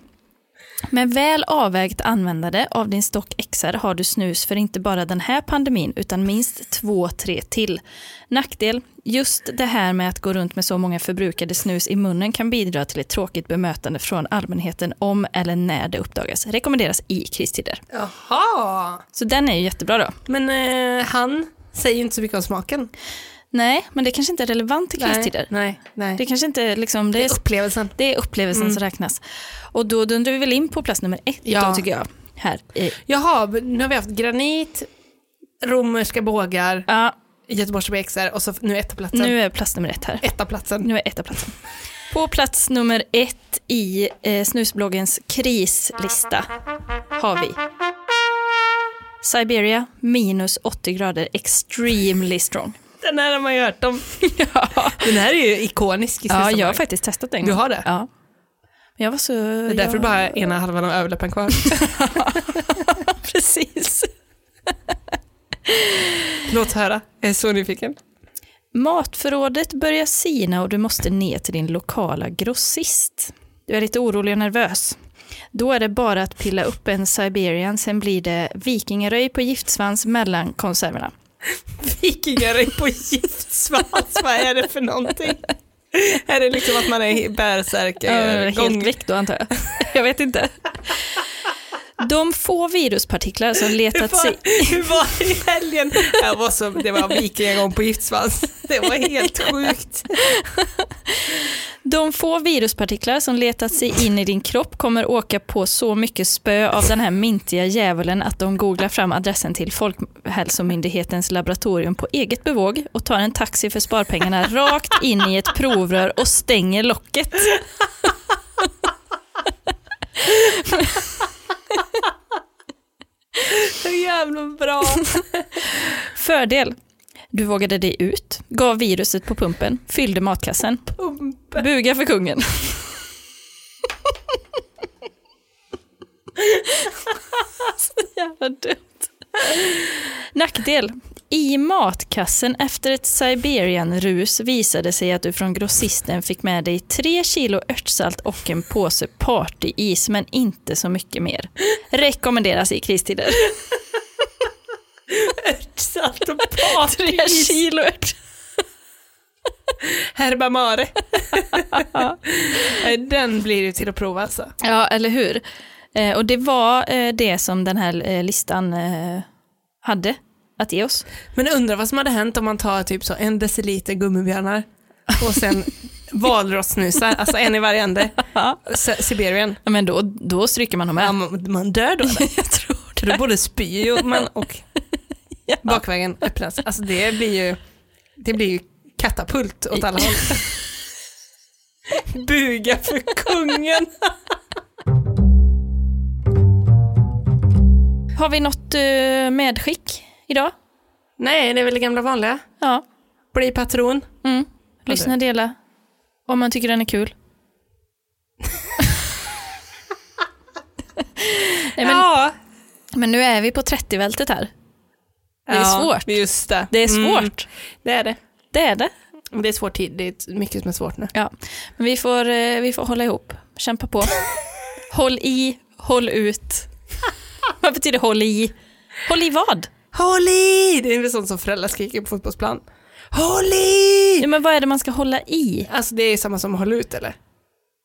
Speaker 1: Med väl avvägt användande av din stock XR har du snus för inte bara den här pandemin utan minst två, tre till. Nackdel. Just det här med att gå runt med så många förbrukade snus i munnen kan bidra till ett tråkigt bemötande från allmänheten om eller när det uppdagas. Rekommenderas i kristider.
Speaker 2: Jaha.
Speaker 1: Så den är ju jättebra då.
Speaker 2: Men eh, han säger ju inte så mycket om smaken.
Speaker 1: Nej, men det kanske inte är relevant i kristider.
Speaker 2: Nej, nej.
Speaker 1: Det kanske inte är liksom, det är, Mm.
Speaker 2: upplevelsen.
Speaker 1: det är upplevelsen som räknas. Och då dundrar vi väl in på plats nummer ett
Speaker 2: Ja.
Speaker 1: då tycker jag. Här i,
Speaker 2: Jaha, men nu har vi haft granit, romerska bågar,
Speaker 1: ja,
Speaker 2: Göteborgs XR och så f- nu ettaplatsen.
Speaker 1: nu är plats nummer ett här.
Speaker 2: Ettaplatsen.
Speaker 1: Nu är etta platsen. På plats nummer ett i eh, snusbloggens krislista har vi Siberia minus 80 grader extremely strong.
Speaker 2: Den här har man ju hört om.
Speaker 1: <laughs> ja,
Speaker 2: Den här är ju ikonisk i
Speaker 1: ja jag har
Speaker 2: Systembolaget.
Speaker 1: faktiskt testat den.
Speaker 2: Du har det?
Speaker 1: Ja. Men jag var så...
Speaker 2: Det är därför
Speaker 1: jag...
Speaker 2: bara ena halvan av överläppen kvar.
Speaker 1: <laughs> Precis.
Speaker 2: Låt höra, jag är så nyfiken.
Speaker 1: Matförrådet börjar sina och du måste ner till din lokala grossist. Du är lite orolig och nervös. Då är det bara att pilla upp en Siberian, sen blir det vikingaröj på giftsvans mellan konserverna.
Speaker 2: Vikingaröj på giftsvans, vad är det för någonting? Är det liksom att man är bärsärkare?
Speaker 1: Helt väck då antar jag. <laughs> Jag vet inte. De få viruspartiklar som
Speaker 2: Hur
Speaker 1: letat sig...
Speaker 2: var, hur var det i helgen? Jag var så, det var vikingagång på giftsvans. Det var helt sjukt.
Speaker 1: De få viruspartiklar som letat sig in i din kropp kommer åka på så mycket spö av den här mintiga djävulen att de googlar fram adressen till Folkhälsomyndighetens laboratorium på eget bevåg och tar en taxi för sparpengarna rakt in i ett provrör och stänger locket.
Speaker 2: Så jävla bra.
Speaker 1: Fördel. Du vågade dig ut, gav viruset på pumpen, fyllde matkassen,
Speaker 2: Pumpen.
Speaker 1: buga för kungen. Jävla dumt. Nackdel. I matkassen efter ett Siberian-rus visade sig att du från grossisten fick med dig tre kilo örtsalt och en påse partyis, men inte så mycket mer. Rekommenderas i <laughs> kristider.
Speaker 2: Örtsalt <laughs> och
Speaker 1: Tre
Speaker 2: partyis.
Speaker 1: kilo ört.
Speaker 2: Herba Mare. Nej, Den blir ju till att prova alltså.
Speaker 1: Ja, eller hur? Eh, och det var eh, det som den här eh, listan eh, hade att ge oss.
Speaker 2: Men undrar vad som hade hänt om man tar typ så en deciliter gummibjörnar och <laughs> sen valrossnusar, alltså en i varje ände. S- Sibirien.
Speaker 1: Ja, men då, då stryker man dem
Speaker 2: Ja,
Speaker 1: med.
Speaker 2: man, man dör då eller?
Speaker 1: <laughs> Jag tror
Speaker 2: För då både spy och, man, <laughs> och bakvägen öppnas. Alltså det blir ju, det blir ju katapult åt alla håll. <laughs> Buga för kungen.
Speaker 1: Har vi något eh, medskick idag?
Speaker 2: Nej, det är väl det gamla vanliga.
Speaker 1: Ja.
Speaker 2: Bli patron.
Speaker 1: Mm. Lyssna, dela. Om man tycker den är kul. Nej, men,
Speaker 2: ja.
Speaker 1: men nu är vi på 30-vältet här. Det är
Speaker 2: Ja,
Speaker 1: svårt.
Speaker 2: Just det.
Speaker 1: Det är
Speaker 2: Mm,
Speaker 1: svårt.
Speaker 2: det är det.
Speaker 1: Det är det.
Speaker 2: Det är svårt tid. Det är mycket som är svårt nu.
Speaker 1: Ja. Men vi får, eh, vi får hålla ihop. Kämpa på. håll i, håll ut. <laughs> Vad betyder håll i? Håll i vad?
Speaker 2: Håll i! Det är väl sånt som föräldrar skriker på fotbollsplan. Håll i!
Speaker 1: Ja, men vad är det man ska hålla i?
Speaker 2: Alltså det är samma som håll ut eller?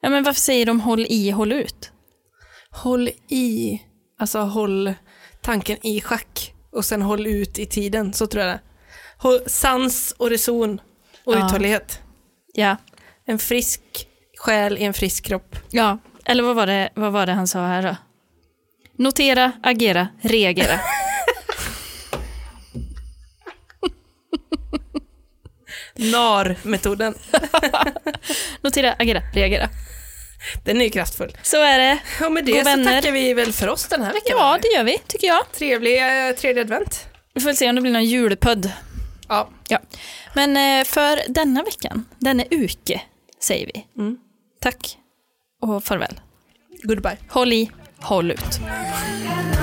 Speaker 1: Ja, men varför säger de håll i, håll ut?
Speaker 2: Håll i. Alltså håll tanken i schack och sen håll ut i tiden. Så tror jag det håll, Sans och reson och
Speaker 1: Ja.
Speaker 2: uthållighet.
Speaker 1: Ja.
Speaker 2: En frisk själ i en frisk kropp.
Speaker 1: Ja, eller vad var det, vad var det han sa här då? Notera, agera, <laughs> reagera.
Speaker 2: NAR-metoden.
Speaker 1: Notera, agera, reagera.
Speaker 2: Den är ju kraftfull.
Speaker 1: Så är det.
Speaker 2: Och med
Speaker 1: God
Speaker 2: det så
Speaker 1: vänner.
Speaker 2: tackar vi väl för oss den här veckan.
Speaker 1: Ja, det gör vi, tycker jag.
Speaker 2: Trevlig eh, tredje advent.
Speaker 1: Vi får väl se om det blir någon julpodd.
Speaker 2: Ja.
Speaker 1: Ja. Men eh, för denna veckan, denna uke, säger vi. Tack och farväl.
Speaker 2: Goodbye.
Speaker 1: Håll i, håll ut.
Speaker 4: Thank